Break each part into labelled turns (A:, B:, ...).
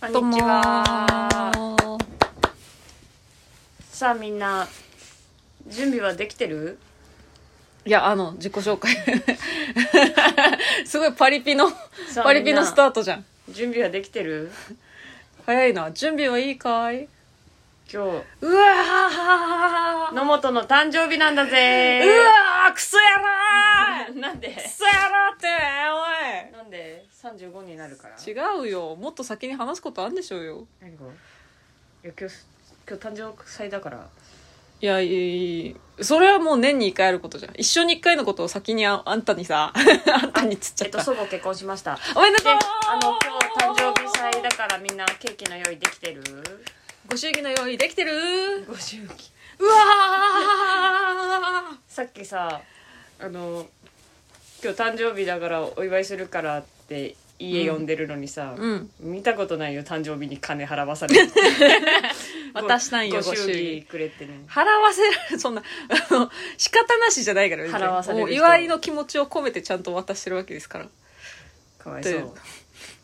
A: こ
B: こ
A: んにちは。さあみんな準備はできてる？
B: いや、あの、自己紹介。 すごいパリピの、
A: さあ
B: パリピのスタ
A: み
B: ートじゃん。
A: んな準備はできてる？
B: 早いな。準備はいいかい
A: 今
B: うわ
A: 日
B: ー
A: 野本の誕生日なんだぜ。
B: うわークソやろー
A: なんで
B: ク？ソやろーって、
A: なんで三十五になるから？
B: おい。違うよ。もっと先に話すことあんでしょうよ。
A: 何が？いや今日今日誕生祭だから。
B: いや、いいいいそれはもう年に一回あることじゃん。一生に一回のことを先にああんたにさ、 あんたにつっち
A: え
B: ゃ
A: っ
B: っ
A: と
B: た。
A: 祖母結婚しま した。
B: おめで
A: で、
B: とう
A: あの今日誕生日祭だからみんなケーキの用意できてる？
B: ご祝儀の用意できてる
A: ご祝儀。
B: うわ
A: さっきさあの今日誕生日だからお祝いするからって家呼んでるのにさ、
B: うん
A: 見たことないよ誕生日に金払わされて
B: 渡したんよ
A: ご
B: ご
A: 祝
B: 祝
A: 儀
B: 儀
A: くれてね
B: 払わせられるそんなあの仕方なしじゃないから別に
A: 払わされる
B: もう
A: 人
B: 祝いの気持ちを込めてちゃんと渡してるわけですから
A: かわいそう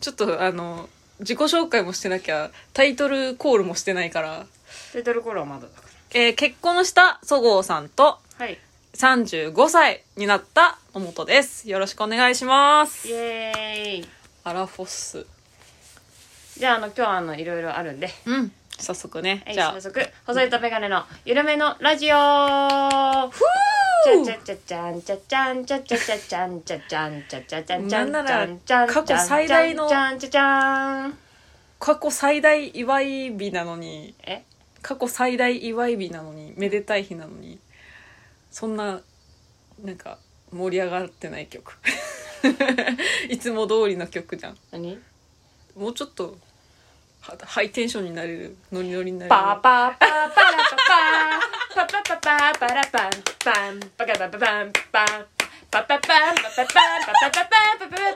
B: ちょっとあの自己紹介もしてなきゃタイトルコールもしてないから、
A: タイトルコールはまだだか
B: えー結婚したそごうさんと
A: らはい
B: 35歳になった野本ですよろしくお願いしま
A: イ
B: す
A: エーイ
B: アラフォス
A: じゃああの今日はあのいろいろあるんで、
B: うん早速ね、
A: はい、
B: じゃあ
A: 早速細いとメガネの緩めのラジオふーちゃんちゃちゃんちゃちゃんちゃちゃちゃちゃんちゃちゃんちゃちゃちゃんちゃんちゃんちゃん
B: 過去最大の
A: ちゃんちゃちゃん
B: 過去最大祝い日なのに
A: え
B: 過去最大祝い日なのにめでたい日なのにそんななんか盛り上がってない曲 いつも通りの曲じゃん
A: 何
B: もうちょっとはハイテンションになれるノリノリになれる
A: パーパーパーパラパパパパパパパラパンパンパカパパパンパンパパパンパパパパパパパパパパパパン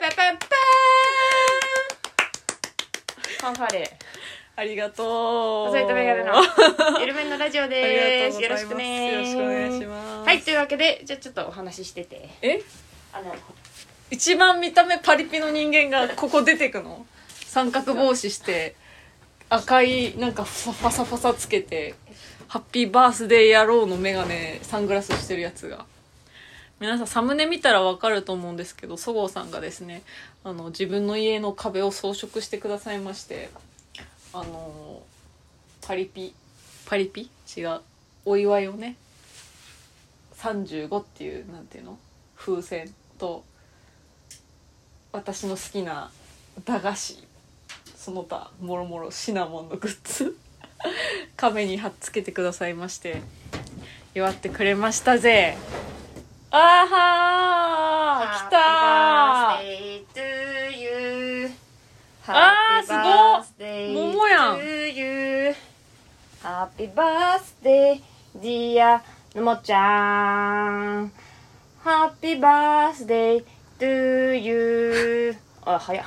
A: ファンファーレ
B: ありがとう
A: 細いとメガネの ゆるめんのラジオ
B: あり
A: で
B: がと
A: す
B: うご
A: よろ
B: ざ
A: し
B: い
A: く
B: ます
A: ね
B: よろしくお願いします
A: はいというわけでじゃあちょっとお話ししてて
B: え
A: あの
B: 一番見た目パリピの人間がここ出てくの三角帽子して赤いなんかファファサファサつけてハッピーバースデー野郎のメガネサングラスしてるやつが皆さんサムネ見たらわかると思うんですけどそごうさんがですねあの自分の家の壁を装飾してくださいましてあのパリピパリピ違うお祝いをね35っていうなんていうの風船と私の好きな駄菓子その他もろもろシナモンのグッズ 壁に貼っつけてくださいまして祝ってくれましたぜあーはー来たー
A: ー Happy birthday to you
B: あーすご
A: Happy
B: い
A: birthday
B: 桃やん
A: to you Happy birthday dear のもちゃん Happy birthday to you あ、 早っ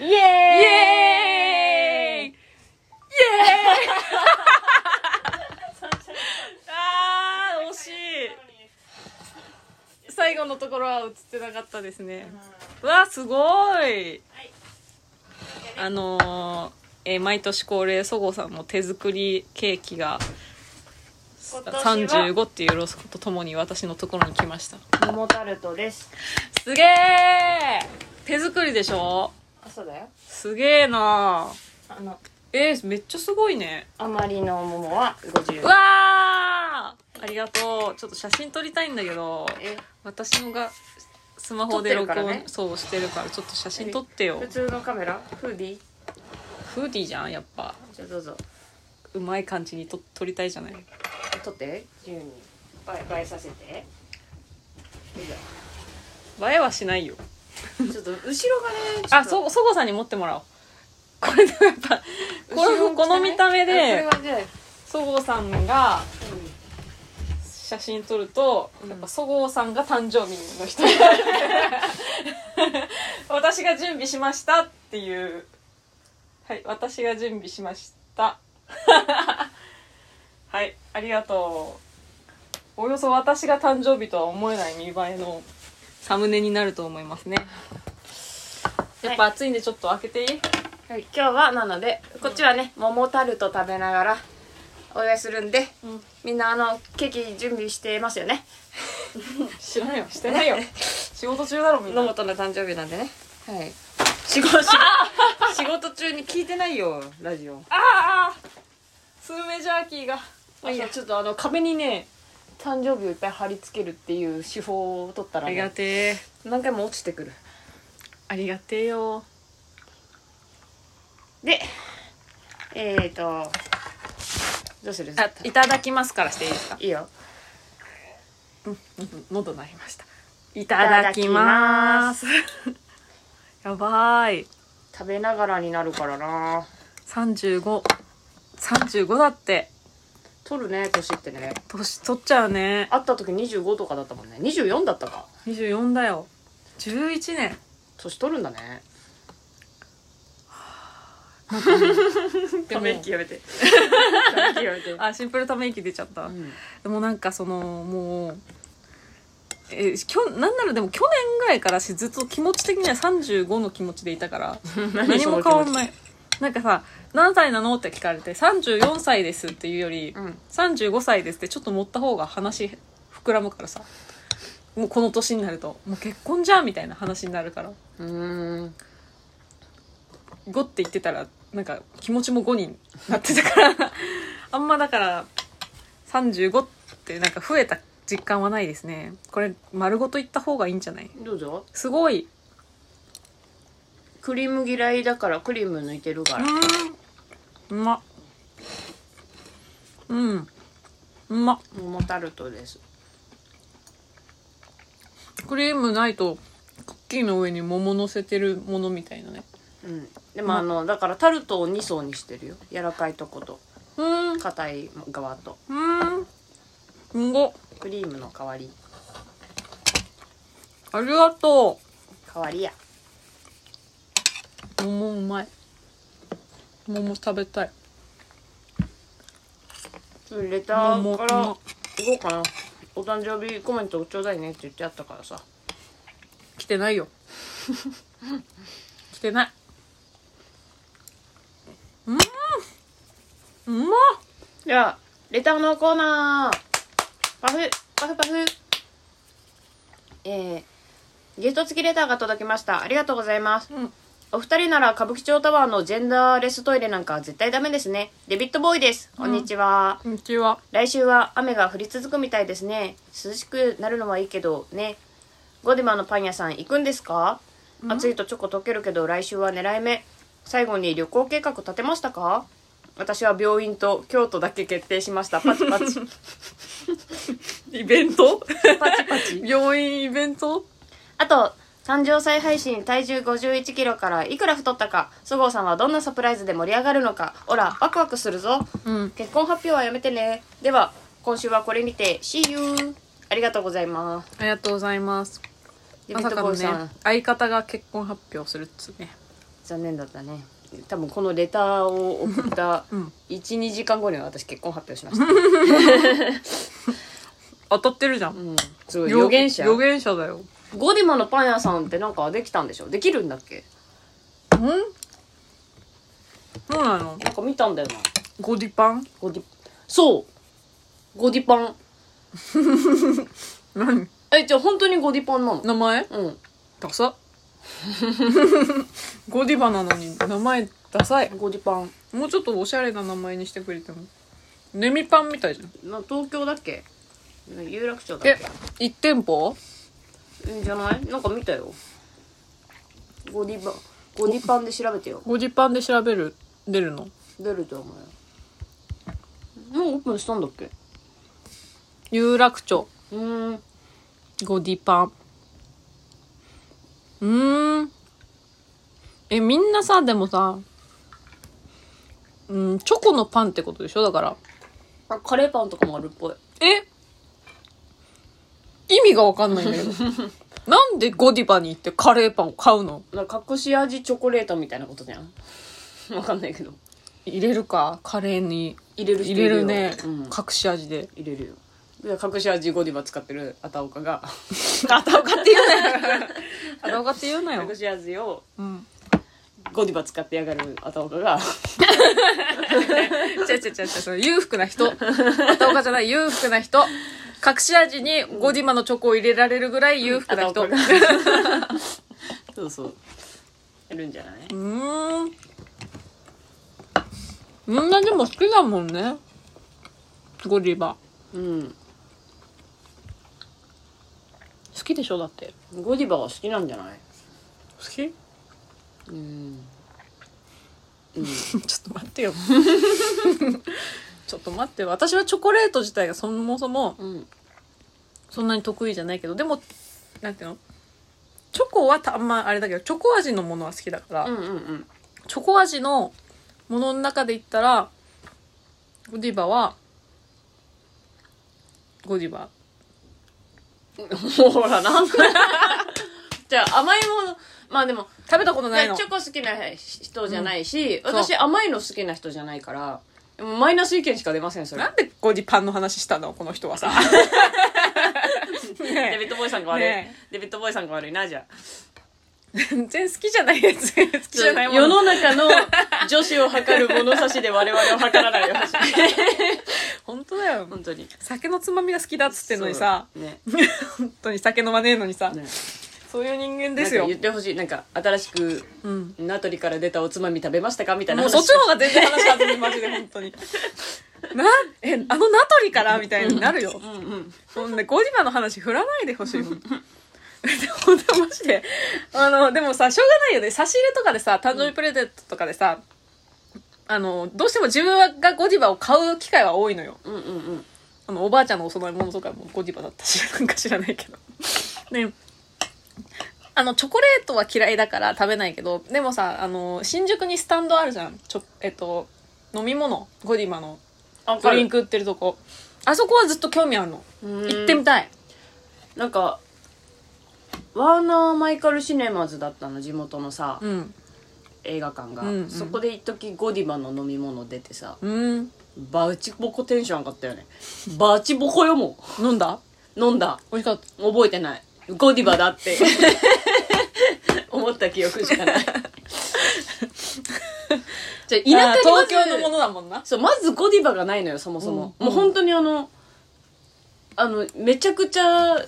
A: イエーイイ
B: イエーイイエーイあ ー惜しい最後のところは映ってなかったですねうわすごいあのーえー毎年恒例そごうさんの手作りケーキが
A: 今年は
B: 35っていうロスコとともに私のところに来ました
A: 桃タルトです
B: すげえ手作りでしょ
A: あ、そうだよ
B: すげえな
A: あの、
B: えー、めっちゃすごいね
A: あまりの桃は50
B: うわーありがとうちょっと写真撮りたいんだけど
A: え
B: 私のがスマホで録
A: 撮ってる
B: 音、
A: からね
B: そうしてるからちょっと写真撮ってよ
A: 普通のカメラフーディー
B: フーディーじゃんやっぱ
A: じゃあどうぞ
B: うまい感じにと撮りたいじゃない
A: 撮って自由に映えさせて
B: 映えはしないよ
A: ちょっと後ろがねちょっ
B: あ
A: と
B: そそごさんに持ってもらおうこれでもやっぱこ
A: 後ろを着て
B: の
A: ね
B: この見た目
A: あ
B: で
A: これはね
B: そごさんが写真撮ると、
A: うん
B: やっぱそごうさんが誕生日の人私が準備しましたっていうはい私が準備しました はいありがとうおよそ私が誕生日とは思えない見栄えのサムネになると思いますねやっぱ暑いんでちょっと開けていい、
A: う今日はなのでこっちはね桃タルト食べながらお祝いするんで、
B: うん
A: みんなあのケーキ準備してますよね
B: 知らないよして ないよ仕事中だろみん
A: 野
B: な
A: 本の誕生日なんでねはい仕事 仕事中に聞いてないよラジオ
B: ああスーメジャーキーが
A: まあいいやちょっとあの壁にね誕生日をいっぱい貼り付けるっていう手法を取ったら、
B: ありが
A: ね、
B: てえ
A: 何回も落ちてくる
B: ありがてえよ
A: でえっ、ー、とどうする
B: あいただきますからしていいですか
A: いいよ
B: 喉鳴りましたい
A: た
B: た
A: だ
B: だ
A: き
B: き
A: ま
B: ますすやばーい
A: 食べながらになるからな
B: 3535だって
A: 取るね年ってね
B: 年取っちゃうね
A: 会った時25とかだったもんね24だったか
B: 24だよ11年
A: 年取るんだね
B: でも
A: やめてため 息やめて
B: あシンプルため息出ちゃった、
A: うん
B: でもなんかそのもうえきょなんならでも去年ぐらいからしずっと気持ち的には35の気持ちでいたから何も変わんないいなんかさ「何歳なの?」って聞かれて「34歳です」っていうより「
A: うん
B: 35歳です」ってちょっと持った方が話膨らむからさもうこの年になると「もう結婚じゃん」みたいな話になるから
A: うーん
B: 「5」って言ってたらなんか気持ちも5になってたから あんまだから35ってなんか増えた実感はないですねこれ丸ごと言った方がいいんじゃない
A: どうぞ
B: すごい
A: クリーム嫌いだからクリーム抜いてるから、
B: うーんうまっうんうまっ
A: 桃タルトです
B: クリームないとクッキーの上に桃乗せてるものみたいなね
A: うんでもあのだからタルトを2層にしてるよ柔らかいとこと
B: うーんう
A: 硬い側と
B: ーんうんご
A: クリームの代わり
B: ありがと
A: 代わりや
B: う桃うまい桃食べたい
A: レタ
B: 桃
A: ー
B: う
A: か
B: ま
A: ら行こうかなお誕生日コメントちょうだいねって言ってあったからさ
B: 来てないよ 来てないうんうまっ
A: じゃあレターのコーナーパフパフパフえー、ゲスト付きレターが届きましたありがとうございます
B: うん
A: お二人なら歌舞伎町タワーのジェンダーレストイレなんかは絶対ダメですねデビッドボーイですこんにちは、
B: こんにちは
A: 来週は雨が降り続くみたいですね涼しくなるのはいいけどねゴディマのパン屋さん行くんですか暑いとチョコ溶けるけど来週は狙い目最後に旅行計画立てましたか私は病院と京都だけ決定しましたパチパチ
B: イベント
A: パチパチ
B: 病院イベント
A: あと誕生祭配信体重5 1キロからいくら太ったかそごうさんはどんなサプライズで盛り上がるのかオラワクワクするぞ
B: うん
A: 結婚発表はやめてねでは今週はこれにて See you ありがとうございます
B: ありがとうございます
A: デビ
B: ま
A: ッ
B: さ
A: ド・
B: か
A: ボー
B: の
A: イさん、
B: ね相方が結婚発表するっつうね
A: 残念だったね多分このレターを送った
B: うん
A: 12、時間後には私結婚発表しました、
B: 当たってるじゃん、
A: うん、すごい予言者
B: 予言者だよ
A: ゴディマのパン屋さんってなんかできたんでしょできるんだっけ
B: うんそうなの
A: なんか見たんだよな
B: ゴディパン
A: ゴディそうゴディパン
B: 何
A: えじゃあ本当にゴディパンなの
B: 名前
A: うん
B: ダ サゴディバなのに名前ダサい
A: ゴディパン
B: もうちょっとおしゃれな名前にしてくれてもネミパンみたいじゃん
A: な東京だっけ有楽町だっ
B: え
A: け
B: 一店舗
A: いいんじゃないなんか見たよゴディパンゴディパンで調べてよ
B: ゴディパンで調べる出るの
A: 出ると思うよもうオープンしたんだっけ
B: 有楽町
A: うーん
B: ゴディパンうーんえみんなさでもさうんチョコのパンってことでしょだから
A: あカレーパンとかもあるっぽい
B: え意味がわかんないんだけ どなんでゴディバに行ってカレーパンを買うの
A: なんか隠し味チョコレートみたいなことじゃんわかんないけど
B: 入れるかカレーに
A: 入れる人
B: 入
A: いる
B: れ
A: よ
B: るね、
A: うん
B: 隠し味で
A: 入れるよで隠し味ゴディバ使ってるあたおか が
B: あたおかって言うなよあたおかって言うなよ
A: 隠、し味を
B: うん、
A: ゴディバ使ってやがる片岡が
B: 違う違う違う違うその裕福な人片岡じゃない裕福な人隠し味にゴディマのチョコを入れられるぐらい裕福な人
A: 片
B: う
A: 岡が そうそうやるんじゃない
B: ーんみんなでも好きだもんねゴディバ
A: うん
B: 好きでしょだって
A: ゴディバは好きなんじゃない
B: 好き ちょ
A: うん
B: っと待ってよ ちょっと待ってよ私はチョコレート自体がそもそも
A: うん
B: そんなに得意じゃないけどでもなんていうのチョコはたあんまあれだけどチョコ味のものは好きだから、
A: うんうんうん
B: チョコ味のものの中で言ったらゴディバはゴディバ
A: ほら、なんか。じゃあ、甘いもの、まあでも、
B: 食べたことないの
A: チョコ好きな人じゃないし、
B: ん
A: 私甘いの好きな人じゃないから、でもマイナス意見しか出ません、それ。
B: なんでゴディパンの話したのこの人は さ
A: デビッドボーイさんが悪い。
B: ね
A: デビッドボーイさんが悪いな、じゃあ。
B: 全然好きじゃないやつ好きじゃないもの
A: 世の中の女子を測る物差しで我々を測らないよ、
B: 本当だよ
A: 本当に。
B: 酒のつまみが好きだっつってんのにさ
A: そう。ね。
B: 本当に酒飲まねえのにさ、
A: ね
B: そういう人間 ですよ
A: なんか言ってほしい。なんか、新しく、
B: うん
A: 名取から出たおつまみ食べましたかみたいな
B: もう
A: 話。
B: そっちの方が全然話し始めマジで本当 に。な、え、あの名取からみたいになるよ。
A: うんうん。
B: ほんで、ゴディバの話振らないでほしいもん。でほんとマジで。あの、でもさ、しょうがないよね。差し入れとかでさ、誕生日プレゼントとかでさ、あの、どうしても自分がゴディバを買う機会は多いのよ。
A: うんうんうん。
B: あのおばあちゃんのお供え物とかもゴディバだったしなんか知らないけどねあのチョコレートは嫌いだから食べないけどでもさあの新宿にスタンドあるじゃんちょえっと飲み物ゴディバの
A: あ
B: ドリンク売ってるとこあそこはずっと興味あるの行
A: 行
B: ってみたい
A: なんかワーナー・マイカル・シネマズだったの地元のさ、
B: うん
A: 映画館が、
B: うんうん
A: そこで一時ゴディバの飲み物出てさ
B: うん
A: バチボコテンション上がったよねバチボコよも
B: 飲んだ
A: う飲んだ
B: 美味しかった
A: 覚えてないゴディバだって 思った記憶しかないじゃあ田舎
B: 田舎
A: にまず
B: 東京のものだもんな
A: そうまずゴディバがないのよそもそも、
B: うん
A: もう本当にあのあのめちゃくちゃ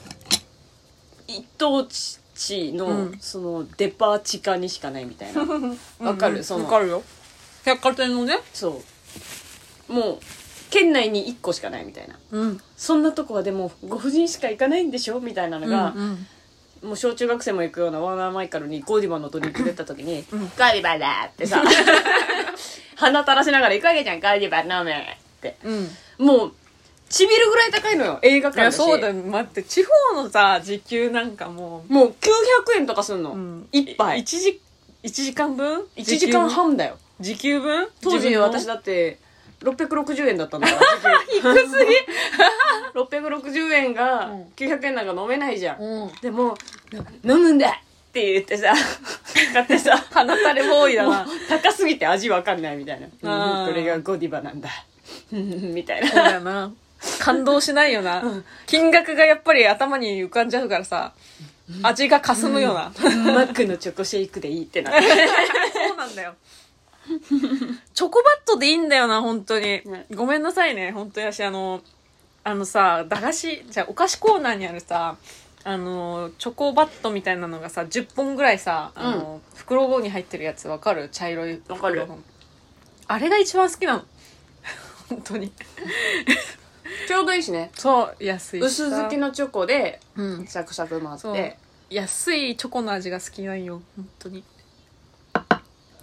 A: 一等地の、
B: うん
A: そのデパ地下にしかないみたい なわかる、その
B: わかるよ百貨店のね
A: そうもう県内に1個しかないみたいな
B: うん
A: そんなとこはでもご婦人しか行かないんでしょみたいなのが、
B: うん
A: もう小中学生も行くようなワーナーマイカルにゴディバのドリンク出た時に「
B: ん
A: ゴディバだ!」って さ鼻垂らしながら行くわけじゃん「ゴディバ飲め!」って
B: うん
A: もう、ちびるぐらい高いのよ、映画
B: い
A: 館
B: や
A: だし。
B: そうだよ待って地方のさ時給なんかも
A: もう900円とかすんの。
B: う、うん
A: 一杯。
B: 1時一時間分
A: 1時間半だよ。
B: 時給分
A: 当時私
B: だ
A: だって、660円だったんだから。
B: 低す
A: 660円が
B: うん
A: 900円なんか飲めないじゃん。
B: うん
A: でも、な飲むんだって言って さ、買ってさ、
B: 鼻垂れボーイだ
A: もう
B: な
A: 高すぎて味わかんないみたいな。
B: あ
A: う
B: ー
A: んこれがゴディバなんだ。 うんみたい
B: そう
A: な。
B: だよな感動しないよな、金額がやっぱり頭に浮かんじゃうからさ味がかすむよな、そ
A: マックのチョコシェイクでいいって なって。
B: うなんだよチョコバットでいいんだよな本当に、
A: ね
B: ごめんなさいね本当に私あのあのさ駄菓子じゃあお菓子コーナーにあるさあのチョコバットみたいなのがさ10本ぐらいさあの、袋に入ってるやつわかる茶色い袋
A: わかる
B: あれが一番好きなの本当に
A: ちょうどいいしね。
B: そう安いしさ
A: 薄付きのチョコで、
B: うん
A: サクサクもあっ
B: そう
A: て
B: 安いチョコの味が好きなんよ本当に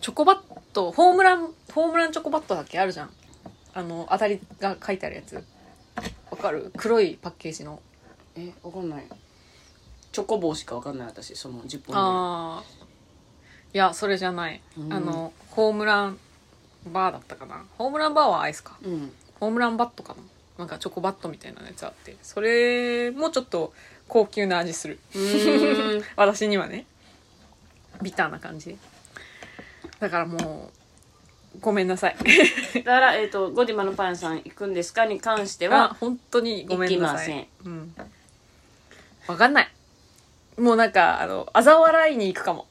B: チョコバットホームランホームランチョコバットだっけあるじゃんあの当たりが書いてあるやつわかる黒いパッケージの
A: えわかんないチョコ棒しかわかんない私その10本
B: ああいやそれじゃない、
A: うん
B: あのホームランバーだったかなホームランバーはアイスか
A: でうん
B: ホームランバットかななんかチョコバットみたいなやつあってそれもちょっと高級な味する
A: うん
B: 私にはねビターな感じだからもうごめんなさい
A: だから、えっと「ゴディマのパンさん行くんですか?」に関して
B: あ
A: は
B: 本当にごめんなさい
A: 行き
B: うん、わ かんないもうなんかあの嘲笑いに行くかも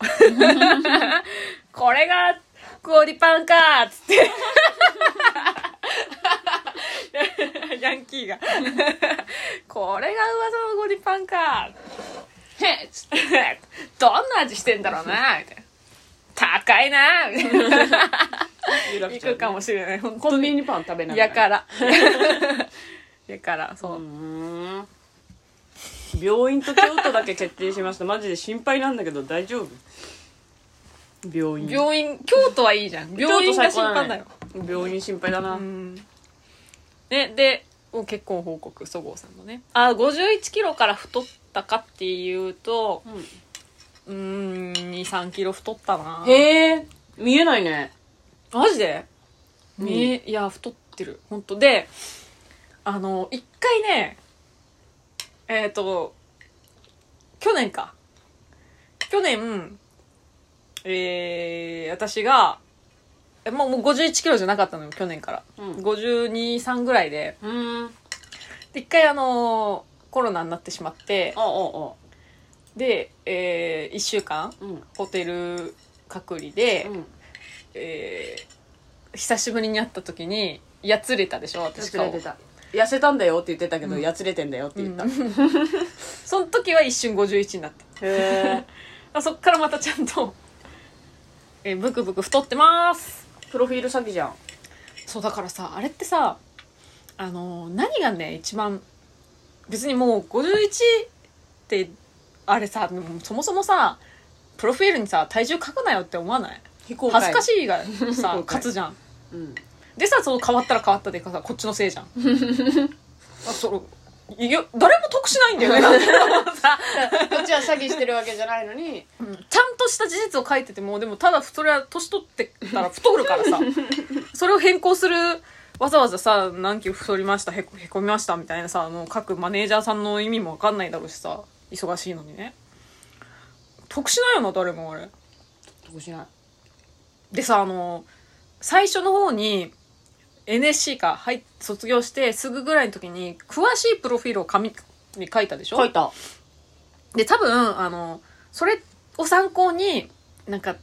B: ここれがクオリパンかーっつ って。ヤンキーが。これが噂のゴリパンかーへっつってどんな味してんだろうなみたいな。高いなみたいな。 行くかもしれない。 本
A: コ
B: 当
A: ン
B: に
A: ビニパン食べながら
B: や から。やから、そうう。
A: ーん病院と京都だけ決定しましたマジで心配なんだけど大丈夫病院
B: 病院、京都はいいじゃん。病院が心配だよ。
A: 病院心配だな、
B: うん。ね、で、もう結婚報告、そごうさんのね。あ、51キロから太ったかっていうと、うーん、2、3キロ太ったな。
A: へえ見えないね
B: マジで、
A: うん
B: ねいや、太ってる。本当で、あの、一回ね、えっ、と、去年か。去年、えー、私が、えもうもう51キロじゃなかったのよ、去年から。
A: うん
B: 52、3ぐらいで。
A: うんあ
B: で、一回あのーコロナになってしまって、
A: ああ
B: で、えー、1週間、
A: うんうん
B: ホテル隔離で、えー久しぶりに会った時にやつれたでしょ
A: や
B: 私
A: つ
B: 顔
A: れてた痩せたんだよって言ってたけど、やつれてんだよって言った、
B: うん その時は一瞬51になっ
A: へえ
B: たそっからまたちゃんと、えーブクブク太ってます
A: プロフィール詐欺じゃん
B: そうだからさあれってさあのー何がね一番別にもう51ってあれさでもそもそもさプロフィールにさ体重書くなよって思わない
A: 非公開
B: 恥ずかしいが
A: 非
B: さ
A: 公開
B: 勝つじゃん
A: うん
B: でさその変わったら変わったでさこっちのせいじゃんあそのいや誰も得しないんだよねさ
A: こっちは詐欺してるわけじゃないのに
B: ちゃんとした事実を書いててもでもただそれは年取ってたら太るからさそれを変更するわざわざさ何キロ太りましたへこへこみましたみたいなさあの各マネージャーさんの意味も分かんないだろうしさ忙しいのにね得しないよな誰もあれ
A: どうしない
B: でさあの最初の方に NSC か入っ卒業してすぐぐらいの時に詳しいプロフィールを紙に書いたでしょ
A: 書いた
B: で多分あのそれを参考になんか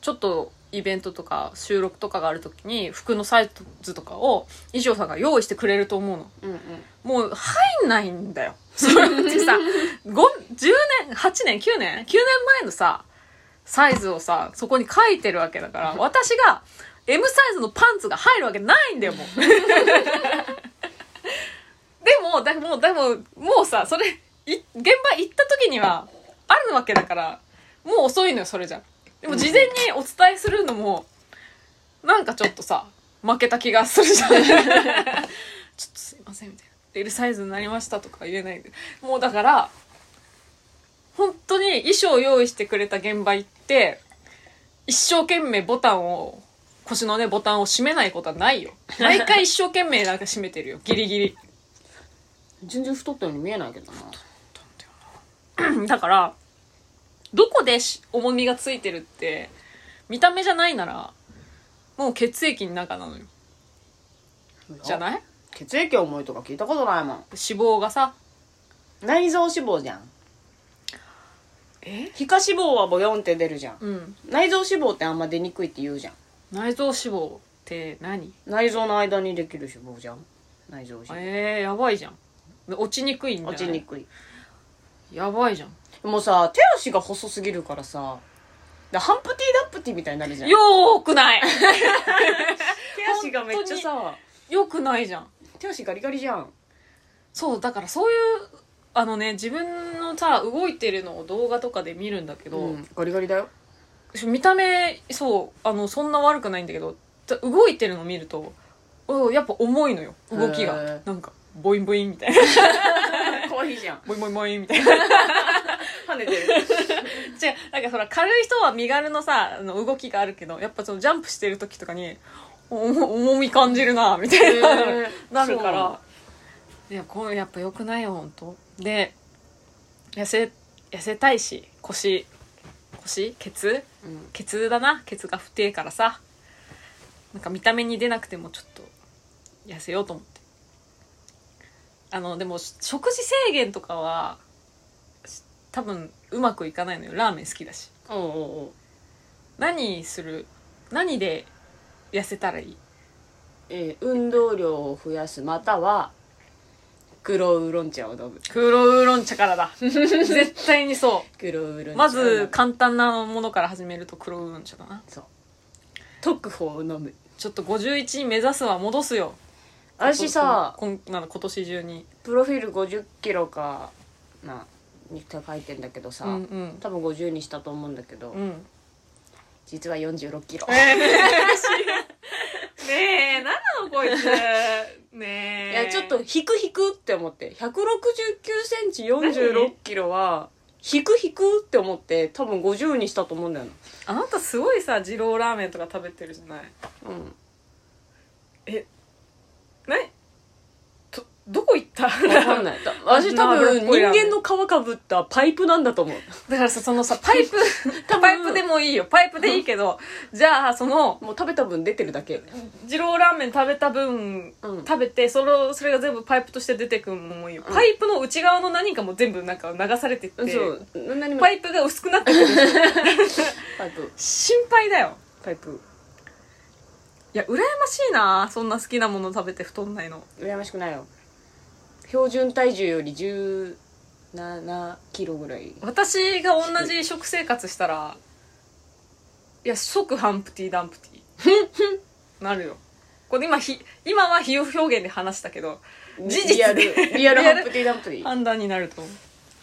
B: ちょっとイベントとか収録とかがある時に服のサイズとかを衣装さんが用意してくれると思うの
A: うんうん
B: もう入んないんだよ それってさ5 10年8年9年 ?9 年前のさサイズをさそこに書いてるわけだから私が M サイズのパンツが入るわけないんだよもう でもだもうでももうさそれい現場行った時にはあるわけだからもう遅いのよそれじゃんでも事前にお伝えするのもなんかちょっとさ負けた気がするじゃんちょっとすいませんみたいな L サイズになりましたとか言えないでもうだから本当に衣装を用意してくれた現場行って一生懸命ボタンを腰のねボタンを締めないことはないよ毎回一生懸命なんか締めてるよギリギリ
A: 全然太ったように見えないけどな
B: だからどこでし重みがついてるって見た目じゃないならもう血液の中なのよじゃ
A: い
B: ない
A: 血液重いとか聞いたことないもん
B: 脂肪がさ
A: 内臓脂肪じゃん
B: え
A: 皮下脂肪はボヨンって出るじゃん
B: うん
A: 内臓脂肪ってあんま出にくいって言うじゃん
B: 内臓脂肪って何
A: 内臓の間にできる脂肪じゃん内臓脂肪
B: えー、やばいじゃん落ちにくいんだ
A: 落ちにくい
B: やばいじゃん
A: もうさ手足が細すぎるからさだハンプティダップティみたいになるじゃん
B: よーくない
A: 手足がめっちゃさ
B: よくないじゃん
A: 手足ガリガリじゃん
B: そうだからそういうあのね自分のさ動いてるのを動画とかで見るんだけど、
A: うんガリガリだよ
B: 見た目そうあのそんな悪くないんだけどた動いてるの見るとおやっぱ重いのよ動き
A: へ
B: が
A: ー
B: なんかボインボインみたいな
A: 可愛いじゃん
B: ボインボインボインみたいな違う
A: 跳 ねてる
B: なんかほら軽い人は身軽のさあの動きがあるけどやっぱそのジャンプしてる時とかにお重み感じるなみたいななるからいやこうやっぱ良くないよ本当で痩せ痩せたいし腰腰ケツ
A: うん
B: ケツだなケツが不定からさなんか見た目に出なくてもちょっと痩せようと思ってあのでもし食事制限とかはし多分うまくいかないのよラーメン好きだし
A: おうおうおう
B: 何する何で痩せたらいい
A: えー運動量を増やすまたは黒ウーロン茶を飲む
B: 黒ウーロン 茶からだ絶対にそ
A: 黒ウーロン茶を飲む
B: うまず簡単なものから始めると黒ウーロン茶だな
A: そう特報を飲む
B: ちょっと51に目指すは戻すよ
A: 私さ
B: こんこんなの今年中に
A: プロフィール5 0キロかなにって書いてんだけどさ、
B: うんうん
A: 多分50にしたと思うんだけど、
B: うん
A: 実は4 6キロ
B: ねえ何なのこいつねえ
A: いやちょっと引く引くって思って1 6 9センチ4 6キロは引く引くって思って多分50にしたと思うんだよな
B: あなたすごいさ二郎ラーメンとか食べてるじゃない
A: うん
B: 何とどこ行った
A: 分か んないだ私多分人間の皮かぶったパイプなんだと思う
B: だからさそのさパ イプ パイプでもいいよパイプでいいけどじゃあその
A: もう食べた分出てるだけ
B: 二郎ラーメン食べた分、
A: うん
B: 食べてそれをそれが全部パイプとして出てくるのもいいよ、パイプの内側の何かも全部なんか流されてって
A: そう何も
B: パイプが薄くなってく る
A: パイプ
B: 心配だよ
A: パイプ
B: いや羨ましいなそんな好きなもの食べて太んないの
A: 羨ましくないよ標準体重より1 7キロぐらい
B: 私が同じ食生活したらいや即ハンプティダンプティなるよこれ今ひ今は比喩表現で話したけど事実で
A: リアルリアルハップティーダンプテ ィ
B: 判断になると思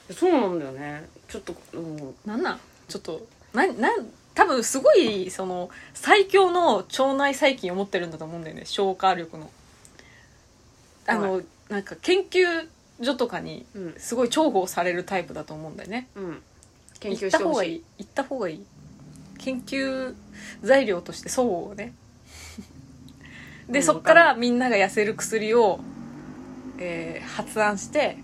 B: う
A: そうなんだよねちょっと、うん、
B: なんなんちょっとななん多分すごいその最強の腸内細菌を持ってるんだと思うんだよね消化力のあの、なんか研究所とかに
A: うん
B: すごい重宝されるタイプだと思うんだよね
A: うん、研
B: 行
A: 究
B: っ
A: したて
B: 方
A: ほ
B: が
A: し
B: い
A: い
B: い行った方がいい研究材料としてそう をねで、
A: うん
B: そっからみんなが痩せる薬を、えー発案して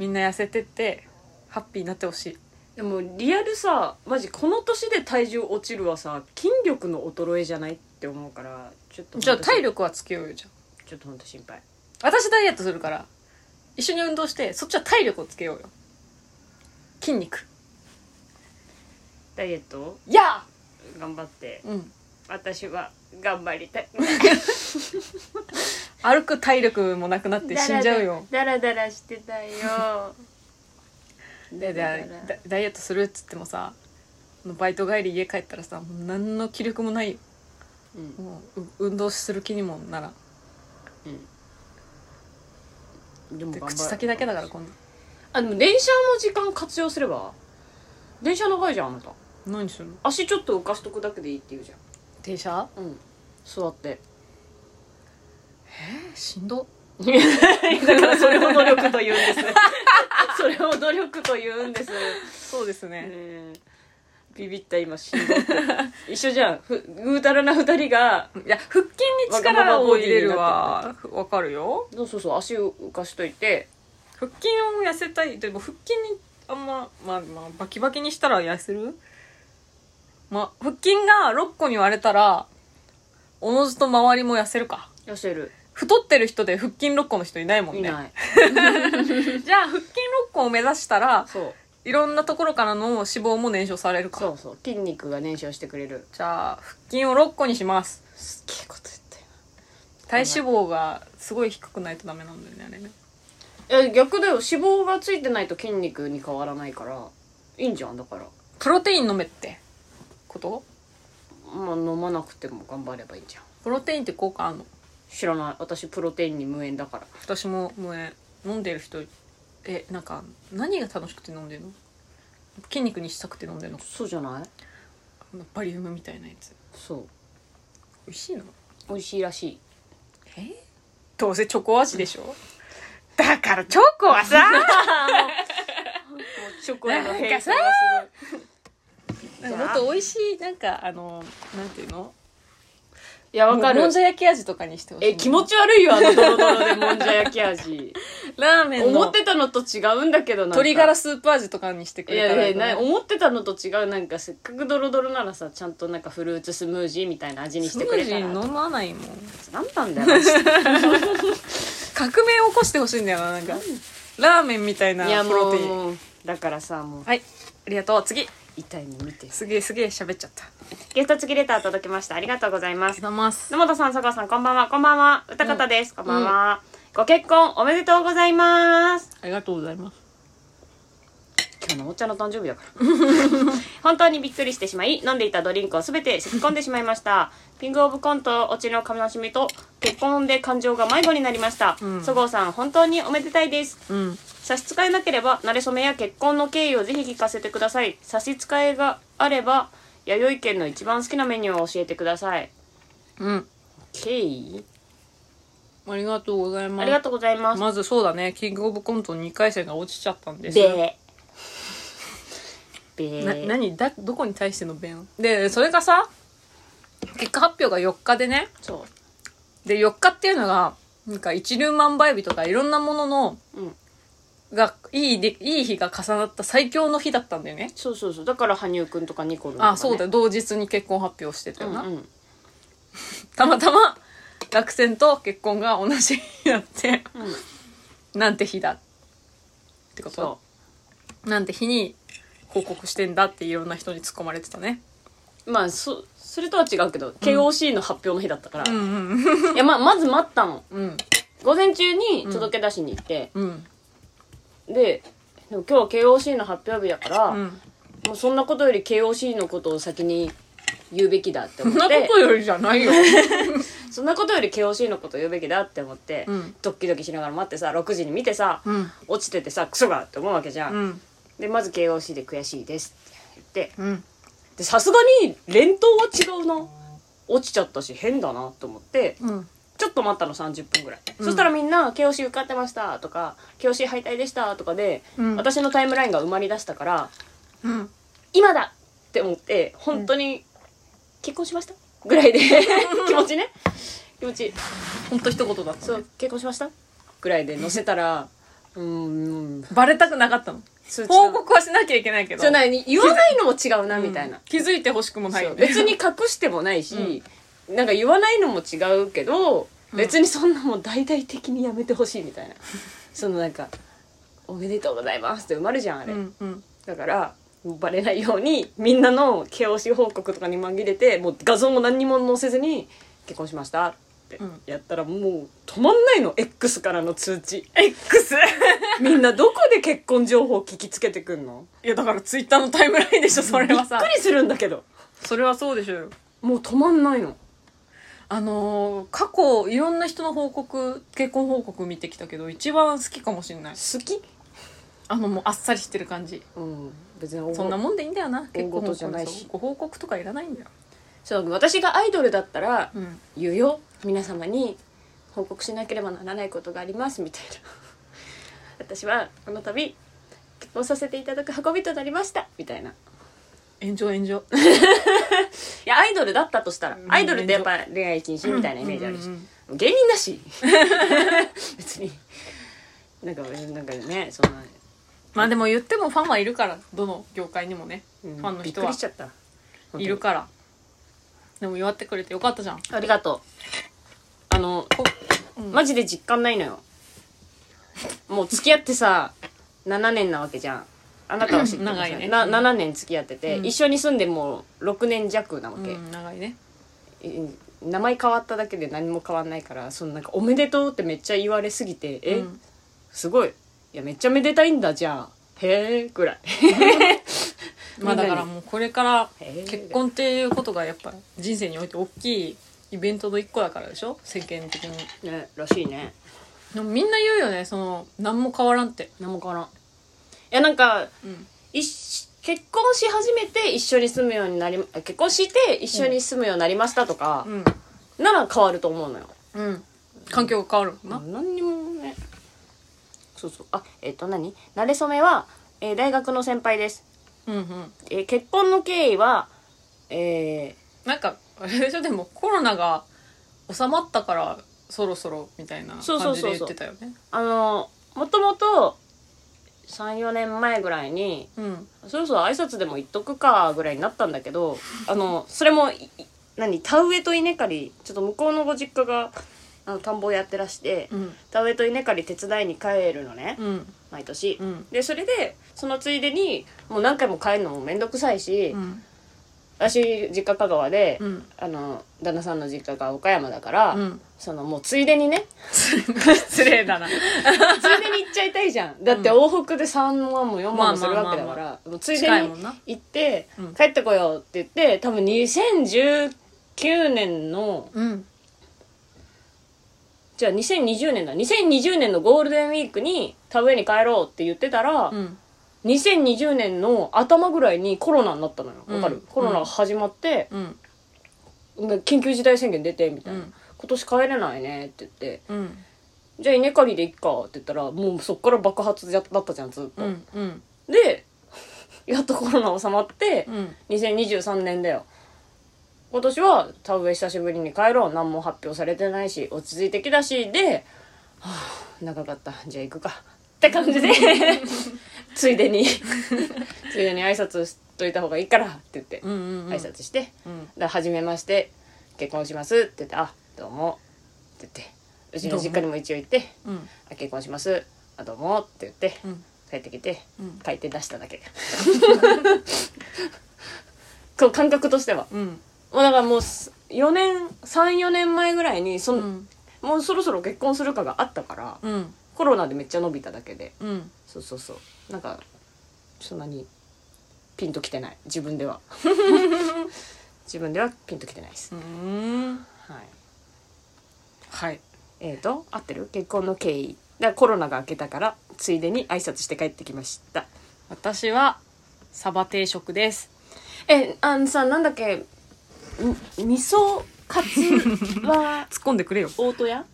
B: みんな痩せてってハッピーになってほしい
A: でもリアルさマジこの年で体重落ちるはさ筋力の衰えじゃないって思うからちょっと
B: じゃあ
A: ほんと
B: 体力はつけようよじゃあ
A: ちょっとほんと心配
B: 私ダイエットするから一緒に運動してそっちは体力をつけようよ筋肉
A: ダイエット
B: いや
A: 頑張って
B: うん
A: 私は頑張りたい
B: 歩く体力もなくなって死んじゃうよ
A: ダラダラしてたよ
B: ででダダイエットするっつってもさバイト帰り家帰ったらさもう何の気力もないよ
A: うん
B: もうう運動する気にもならん
A: でも
B: で
A: 頑張る
B: 口先だけだからこんな
A: あでも電車の時間活用すれば電車長いじゃんあなた
B: 何するの
A: 足ちょっと浮かしとくだけでいいって言うじゃ
B: 停車
A: んうん座って
B: えしんど
A: だからそれを努力と言うんです それを努力と言うんです、
B: そうですね、
A: えービビった今しんどって一緒じゃんふぐうたらな二人が
B: いや腹筋に力を入れる
A: わがま
B: わわかるよ
A: そうそうそう足を浮かしといて
B: 腹筋を痩せたいでも腹筋にあんままあまあバキバキにしたら痩せるまあ腹筋が6個に割れたらおのずと周りも痩せるか
A: 痩せる
B: 太ってる人で腹筋6個の人いないもんね
A: いない
B: じゃあ腹筋6個を目指したら
A: そう
B: いろんなところからの脂肪も燃焼されるか
A: そうそう筋肉が燃焼してくれる
B: じゃあ腹筋を6個にします
A: すっげえこと言
B: 体脂肪がすごい低くないとダメなんだよねあれね
A: ったよないや逆だよ脂肪がついてないと筋肉に変わらないからいいんじゃんだから
B: プロテイン飲めってこと
A: まあ飲まなくても頑張ればいいじゃん
B: プロテインって効果あんの
A: 知らない私プロテインに無縁だから
B: 私も無縁飲んでる人えなんか何が楽しくて飲んでるの筋肉にしたくて飲んでるの
A: そうじゃない
B: バリウムみたいなやつ
A: そう
B: 美味しいの
A: 美味しいらしい
B: えどうせチョコ味でしょだからチョコはさ
A: チョコレート
B: なんかさもっと美味しいなんかあのなんていうの
A: いやわか
B: も
A: る
B: んじゃ焼き味とかにしてほしい
A: え気持ち悪いよあのドロドロでもんじゃ焼き味
B: ラーメン
A: 思
B: の
A: ってたのと違うんだけどなんか
B: 鶏ガラスープ味とかにしてく
A: い
B: れた
A: や
B: ら
A: いやな思ってたのと違うなんかせっかくドロドロならさちゃんとなんかフルーツスムージーみたいな味に
B: ス
A: し
B: ム
A: てくれ
B: ージ
A: たら
B: ー飲まないもん
A: 何なんだよマジで
B: 革命を起こしてほしいんだよななん かラーメンみたいない
A: や
B: プ
A: も
B: ロ
A: う
B: テイン
A: もうだからさもう
B: はいありがとう次
C: 痛いの見て
B: すげえすげえ喋っちゃった。あ
A: ゲスト付きレター届きましたありがとうございます
B: りがとうございます。
A: 野本さん佐川さんこんばんはこんばんは歌方です、こんばんは、ご結婚おめでとうございます
B: ありがとうございます。
A: 今日のおっちゃんの誕生日だから 本当にびっくりしてしまい飲んでいたドリンクを全て咳き込んでしまいましたピングオブコント落ちの悲しみと結婚で感情が迷子になりました
B: うん
A: そごうさん本当におめでたいです
B: うん。
A: 差し支えなければ馴れ初めや結婚の経緯をぜひ聞かせてください差し支えがあれば弥生県の一番好きなメニューを教えてください
B: うん。
A: 経緯
B: ありがとうございます。
A: ありがとうございます
B: まずそうだね、キングオブコント2回戦が落ちちゃったんです。
A: でで
B: な何だどこに対しての弁でそれがさ結果発表が4日でね
A: そ
B: で4日っていうのがなんか一粒万倍日とかいろんなものの
A: う、うん、
B: がいいでいい日が重なった最強の日だったんだよね
A: そうそうそうだから羽生くんとかニコルンとか、ね、
B: あそうだよ同日に結婚発表してたよな、
A: うんうん
B: たまたま落選と結婚が同じ日だって、なんて日だってこ
A: そ
B: となんて日に報告してんだっていろんな人に突っ込まれてたね
A: うまあそそれとは違うけど KOC の発表の日だったから、
B: うんう ん
A: いやまあまず待ったの
B: うん
A: 午前中に届け出しに行って、
B: うん
A: ででも今日は KOC の発表日だから、
B: うん
A: もうそんなことより KOC のことを先に言うべきだって
B: そ
A: 思
B: んな
A: っ
B: こ
A: て
B: とよりじゃないよ
A: そんなことより KOC のことを言うべきだって思って、
B: うん
A: ドッキドキしながら待ってさ6時に見てさ、
B: うん
A: 落ちててさクソがって思うわけじゃん、
B: うん
A: でまず KOC で悔しいですって言って
B: うん
A: でさすがに連投は違うな落ちちゃったし変だなと思って
B: うん
A: ちょっと待ったの30分ぐらい、
B: ん
A: そしたらみんな KOC 受かってましたとか KOC 敗退でしたとかで、
B: うん
A: 私のタイムラインが埋まりだしたから
B: うん
A: 今だって思って本当に結婚しましたぐらいで 気持ちね気持ち
B: ほんと一言だった、
A: そ
B: ね
A: う、結婚しましたぐらいで載せたらうーん
B: バレたくなかったの
A: 通知
B: 報告はしなきゃいけないけど
A: じゃない言わないのも違うなみたいな、
B: 気づいてほしくもない
A: そう
B: よね
A: 別に隠してもないし、なんか言わないのも違うけど別にそんなもう大々的にやめてほしいみたいなそのなんか「おめでとうございます」って埋まるじゃんあれ、
B: うんうん
A: だからバレないようにみんなの毛押し報告とかに紛れてもう画像も何にも載せずに「結婚しました」って
B: ん
A: やったらもう止まんないの X からの通知
B: X
A: みんなどこで結婚情報聞きつけてくんの
B: いやだからツイッターのタイムラインでしょそれ
A: び
B: は
A: っ
B: さ
A: くりするんだけど
B: それはそうでしょうよ
A: もう止まんないの
B: あのー過去いろんな人の報告結婚報告見てきたけど一番好きかもしれない
A: 好き
B: あのもうあっさりしてる感じ
A: うん別に
B: そんなもんでいいんだよな結婚報
A: 大事
B: 告
A: じゃないし
B: ご報告とかいらないんだよ
A: そう私がアイドルだったら
B: うん
A: 言うよ皆様に報告しなければならないことがありますみたいな 私はこの度結婚させていただく運びとなりましたみたいない
B: 炎上炎上
A: やアイドルだったとしたら
B: うん
A: アイドルってやっぱ恋愛禁止みたいなイメージあるし、
B: うんうん
A: 芸人だし 別になんかなんかねそんな、
B: まあでも言ってもファンはいるからどの業界にもね、
A: うん
B: ファンの
A: びっ
B: 人
A: く
B: は
A: りしちゃった
B: いるからでも祝ってくれてよかったじゃん
A: ありがとうあの
B: こうん
A: マジで実感ないのよもう付き合ってさ7年なわけじゃんあなたは知ってますよ
B: 長いね
A: な
B: うん
A: 7年付き合ってて、
B: うん
A: 一緒に住んでもう6年弱なわ
B: う
A: け、
B: ん、長いね
A: え名前変わっただけで何も変わんないからそのなんか「おめでとう」ってめっちゃ言われすぎて「え、
B: うん
A: すごいいやめっちゃめでたいんだじゃあへえ」ぐらい
B: まあ だからもうこれから
A: へー
B: 結婚っていうことがやっぱ人生において大きいイベントの一個だからでしょ世間的に
A: ねらしいね
B: でもみんな言うよねその何も変わらんって
A: 何も変わらんいやなんか
B: うん
A: 一緒結婚し始めて一緒に住むようになり結婚して一緒に住むようになりましたとか、
B: うん、
A: なら変わると思うのよ
B: うん、環境が変わるもんな、
A: 何にもねそうそうあえっ、と何なれ初めは、えー大学の先輩です、
B: うんうん
A: えー結婚の経緯はえ
B: なんかあれでしょでもコロナが収まったからそろそろみたいな
A: そうそ
B: 感
A: う
B: じ
A: そう
B: で
A: そ
B: 言
A: う
B: ってたよね
A: ーあのもともと34年前ぐらいに
B: うん
A: そろそろ挨拶でも言っとくかぐらいになったんだけどあのそれもいい何田植えと稲刈りちょっと向こうのご実家があの田んぼをやってらして、
B: うん
A: 田植えと稲刈り手伝いに帰るのね、
B: うん
A: 毎年、
B: うん
A: でそれでそのついでにもう何回も帰るのもめんどくさいし、
B: うん
A: 私実家香川で、
B: うん
A: あの旦那さんの実家が岡山だから、
B: うん
A: そのもうついでにね
B: 失礼だな
A: ついでに行っちゃいたいじゃんだって往復で3万も4万もするわけだ
B: まあまあまあ
A: か
B: ま
A: らもうついで
B: 近い
A: に
B: もんな
A: 行って、
B: うん
A: 帰ってこようって言って多分2019年の
B: うん
A: じゃあ2020年だ2020年のゴールデンウィークに田植えに帰ろうって言ってたら、
B: うん
A: 2020年の頭ぐらいにコロナになったのよ
B: うん
A: わかる、コロナが始まって、
B: うん
A: 緊急事態宣言出てみた
B: う
A: いな、
B: ん
A: 今年帰れないねって言って
B: うん
A: じゃあ稲刈りでいっかって言ったらもうそっから爆発だったじゃんずっと、
B: うんうん
A: でやっとコロナ収まって、
B: うん
A: 2023年だよ今年は田植え久しぶりに帰ろう何も発表されてないし落ち着いてきたしで、はあ、長かったじゃあ行くかって感 じでついでについでに挨拶しといた方がいいからって言って
B: うんうん
A: 挨拶して
B: うん
A: 「で初めまして結婚します」って言って「あどうも」って言ってうちの実家にも一応行って
B: うん
A: 「あ結婚します」あ「どうも」って言って
B: うん
A: 帰ってきて
B: うん
A: 書いて出しただけ こう感覚としては
B: うん
A: もうだからもう4年34年前ぐらいにその、
B: うん
A: もうそろそろ結婚するかがあったから
B: うん
A: コロナでめっちゃ伸びただけで
B: うん
A: そうそうそうなんかそんなにピンときてない自分で は自分ではピンときてないです、
B: うん
A: はい、
B: はい
A: えーと合ってる結婚の経緯だからコロナが明けたからついでに挨拶して帰ってきました
B: 私はサバ定食です
A: えあのさなんだっけん味噌カツは
B: 突っ込んでくれよ
A: 大戸屋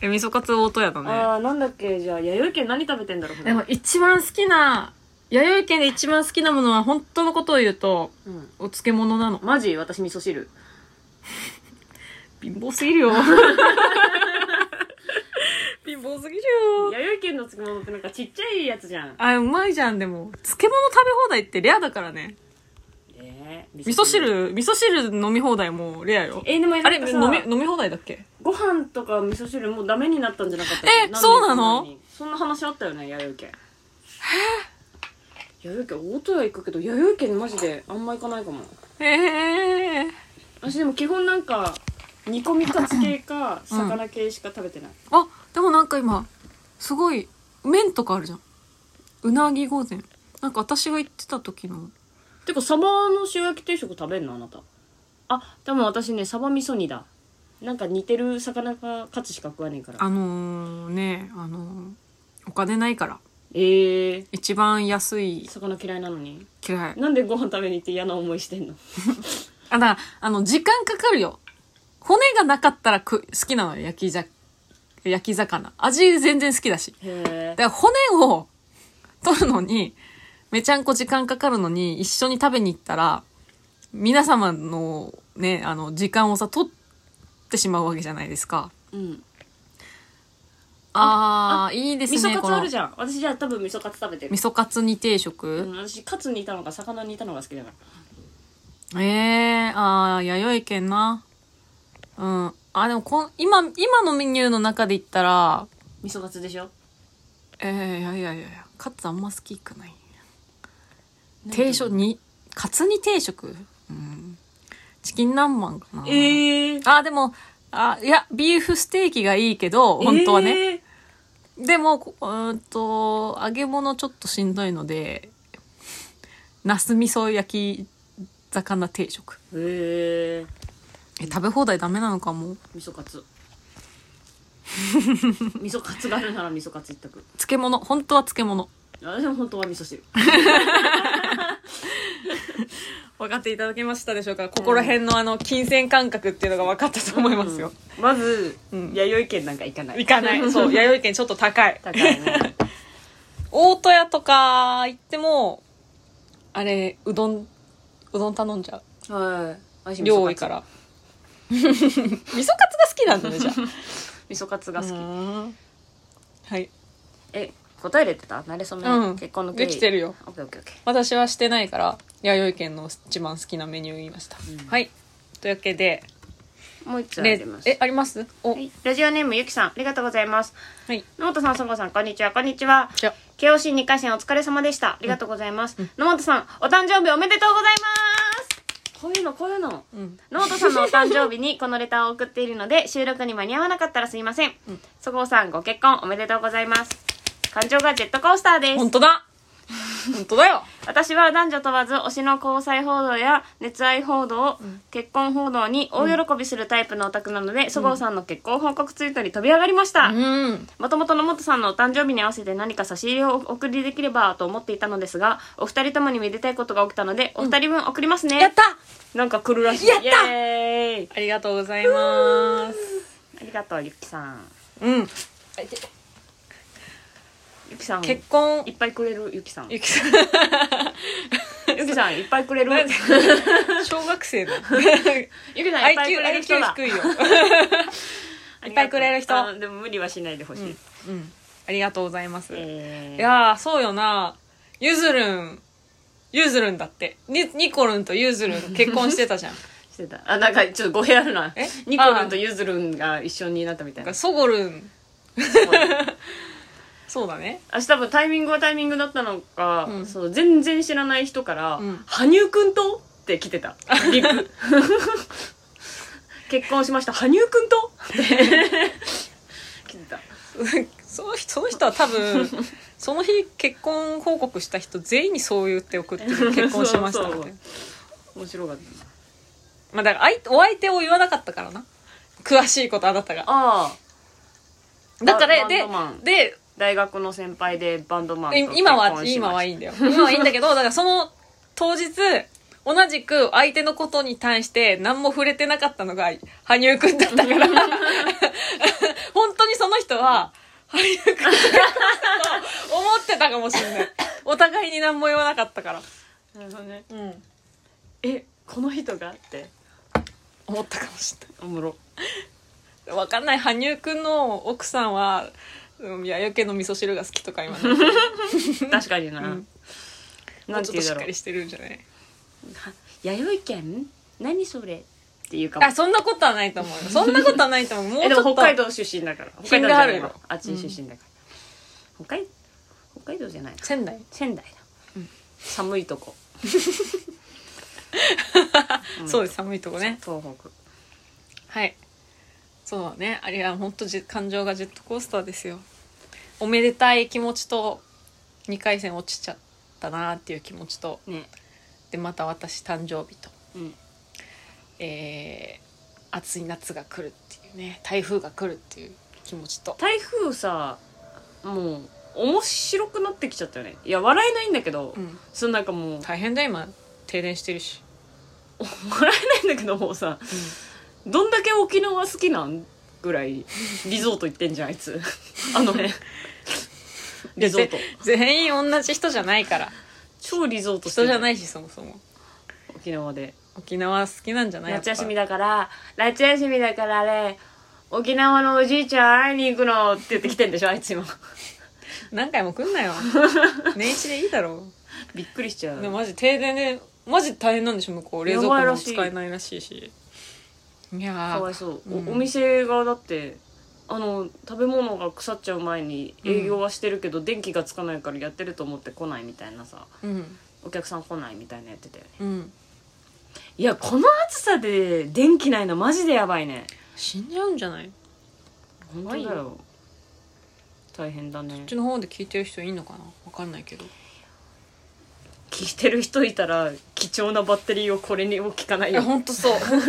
B: え味噌カツ大戸屋だ
A: あーなんだっけじゃあ弥生県何食べてんだろう
B: でも一番好きな弥生県で一番好きなものは本当のことを言うと
A: うん、
B: お漬物なの
A: マジ私味噌汁
B: 貧乏すぎるよ貧乏すぎるよ
A: 弥生県の漬物ってなんかちっちゃいやつじゃん
B: あうまいじゃんでも漬物食べ放題ってレアだからね
A: えー
B: 味噌汁味噌汁飲み放題もレアよ
A: えーでも
B: あ
A: なん
B: れ
A: か
B: 飲み
A: さ
B: 飲み放題だっけ
A: ご飯とか味噌汁もうダメになったんじゃなかったっけ
B: え
A: 何年か
B: そうなの
A: 前にそんな話あったよね弥生県へえ弥生県大戸屋行くけど弥生県マジであんま行かないかも
B: ええ
A: 私でも基本なんか煮込みカツ系か魚系しか食べてない、
B: あでもなんか今すごい麺とかあるじゃんうなぎ御膳なんか私が行ってた時の
A: てかサバの塩焼き定食食べんのあなたあでも私ねサバ味噌煮だなんか似てる魚かカツしか食わねえから
B: あのーねあのーお金ないから
A: ええ
B: 一番安い
A: 魚嫌いなのに
B: 嫌い
A: なんでご飯食べに行って嫌な思いしてんの
B: あだからあの時間かかるよ骨がなかったらく好きなのよ焼きじゃ焼き魚味全然好きだし
A: へ
B: だから骨を取るのにめちゃんこ時間かかるのに一緒に食べに行ったら皆様のねあの時間をさ取ってしまうわけじゃないですか
A: うん
B: あーいいで
A: 味
B: すね
A: 噌カ
B: こ
A: ツ
B: の
A: あるじゃん私じゃあ多分味噌カツ食べてる
B: 味噌カツ煮定食、
A: うん、私カツ煮たのが魚煮たのが好きだから
B: ええー、ああ、弥生県な。うん。あ、でもこん、今、今のメニューの中で言ったら、
A: 味噌カツでしょ
B: ええー、いやいやいやいや、カツあんま好きくない。定食、に、カツに定食うん。チキン南蛮かな。
A: ええ
B: あー、でも、あ、いや、ビーフステーキがいいけど、本当はね。
A: えー
B: でも、こうーんと、揚げ物ちょっとしんどいので、ナス味噌焼き魚定食。
A: えー、
B: え、食べ放題ダメなのかも。
A: 味噌カツ 味噌カツがあるなら味噌カツ一択
B: 漬物本当は漬物
A: 私も本当は味噌汁
B: 分かっていただけましたでしょうかここら辺のあの金銭感覚っていうのが分かったと思いますよ、
A: まず、
B: うん
A: 弥生県なんか行かない
B: 行か ないそう弥生県ちょっと高い
A: 高いね
B: 大戸屋とか行ってもあれうどんうどん頼んじゃう
A: はい私
B: 量多いから 味噌カツが好きなんだねじゃ
A: 味噌カツが
B: あ
A: 好き、
B: はい
A: え答えれてた慣れ初め、
B: うん
A: 結婚の経緯
B: できて
A: る
B: るよ
A: オッケーオッケーオッケ
B: 私はしてないから弥生県の一番好きなメニュー言いました、
A: うん
B: はいというわけで
A: もう一つあ
B: ね
A: ります、
B: え、ありますお、
A: はい、ラジオネームゆきさんありがとうございます
B: はい。
A: 野本さん、さんごさん、こんにちは、こんにちは。
B: じゃ
A: KOC2 回戦お疲れ様でした。ありがとうございます。野本さん、お誕生日おめでとうございますこういうの、こういうの。
B: うん。
A: 野本さんのお誕生日に このレターを送っているので、収録に間に合わなかったらすいません。そごうさん、ご結婚おめでとうございます。感情がジェットコースターです
B: 本。当 だ本当だよ
A: 私は男女問わず推しの交際報道や熱愛報道、結婚報道に大喜びするタイプのオタクなので、そごうさんの結婚報告ツイートに飛び上がりました。
B: うん。
A: もともと野本さんのお誕生日に合わせて何か差し入れをお送りできればと思っていたのですがお二人ともにめでたいことが起きたのでお二人分送りますね、
B: やった
A: なんか来るらしい
B: やった
A: イエーイ
B: ありがとうございます。
A: ありがとうゆきさん
B: うん。
A: ゆきさん
B: 結婚
A: い、っぱいくれるゆきさんゆ
B: ゆきさん、
A: きさんいっぱいくれる ゆきさん
B: 小学生 の。
A: いっぱいくれる
B: IQ、
A: 人
B: IQ
A: だ
B: 低いよ。
A: い
B: いっぱいくれる人
A: でも無理はしないでほしい、
B: うん。ありがとうございます。い
A: えー
B: やー、そうよな。ゆずるん、ゆずるんだって。に、ニコルンとゆずるん結婚して たじゃん。
A: してたあなんかちょっと語弊あるな
B: え
A: ニコルンとゆずるんが一緒になったみたい
B: なんか
A: な
B: そごるん。そうだね。
A: 私多分タイミングはタイミングだったのか、
B: うん
A: そう全然知らない人から「
B: うん
A: 羽生くんと?」って来てたリ プ結婚しました羽生くんとって来てた
B: その人その人は 多分その日結婚報告した人全員にそう言って送ってる結婚しましたって
A: そうそう面白かった
B: まあだからあいお相手を言わなかったからな詳しいことあなたが
A: ああ
B: だから
A: バ
B: で
A: バンドマン
B: で
A: 大学の先輩でバンドマンと
B: い
A: 結婚し
B: 今は
A: ました
B: 今はいいんだよ今はいいんだけどだからその当日同じく相手のことに対して何も触れてなかったのが羽生くんだったから 本当にその人は羽生くんだと思ってたかもしれないお互いに何も言わなかったから
A: なるほどね
B: うん
A: えこの人がって
B: 思ったかもしれ
A: おもろ
B: ないわかんない羽生くんの奥さんはうん弥生家の味噌汁が好きとか今のも
A: 確かにな、
B: うん
A: な
B: うんち
A: て
B: ょ
A: 言う
B: っとし
A: だ
B: っ
A: ろ
B: か
A: う
B: りしてるんじゃない
A: は弥生県何それっていうかも
B: あそんなことはないと思うよそんなことはないと思うも う
A: え
B: ち
A: で
B: ょっ
A: も
B: と
A: 北海道出身だから北海
B: 品
A: 道
B: が
A: じ
B: あ
A: ゃな
B: る
A: い
B: よ
A: わあっち出身だから、北海北海道じゃないな
B: 仙台
A: 仙台だ、寒いとこ
B: そうです寒いとこね
A: 東北
B: はいそうだねあれは本当じ感情がジェットコースターですよおめでたい気持ちと2回戦落ちちゃったなっていう気持ちと
A: ね
B: でまた私誕生日と
A: うん
B: えー、暑い夏が来るっていうね台風が来るっていう気持ちと
A: 台風さもう面白くなってきちゃったよねいや笑えないんだけど、
B: うん
A: そのなんかもう
B: 大変だよ今停電してるし
A: 笑えないんだけどもうさ、どんだけ沖縄好きなんぐらいリゾート行ってんじゃんあい つあの辺リゾート
B: いやぜ全員同じ人じゃないから
A: 超リゾートして
B: 人
A: る
B: じゃないしそもそも
A: 沖縄で
B: 沖縄好きなんじゃない
A: 夏休み
B: だ
A: だから夏休みだからあれ沖縄のおじいちゃん会いに行くのって言ってきてんでしょあいつ今
B: 何回も来ん なよ年一でいいだろ
A: びっくりしちゃ
B: うでも
A: う
B: マジ停電でマジ大変なんでしょ向こう冷蔵
A: やば
B: 庫
A: い
B: も
A: らしい
B: 使えないらしいしいや
A: かわい
B: ー
A: そう、
B: うん
A: おお店がだってあの食べ物が腐っちゃう前に営業はしてるけど、電気がつかないからやってると思って来ないみたいなさ
B: うん
A: お客さん来ないみたいなやってたよね
B: うん
A: いやこの暑さで電気ないのマジでやばいね
B: 死んじゃうんじゃないこ
A: 本当だ
B: 怖い
A: よ大変だね
B: っちの方で聞いてる人いんのかなわかんないけど
A: 聞いてる人いたら貴重なバッテリーをこれに置きかない
B: い
A: よ
B: や本当 そう本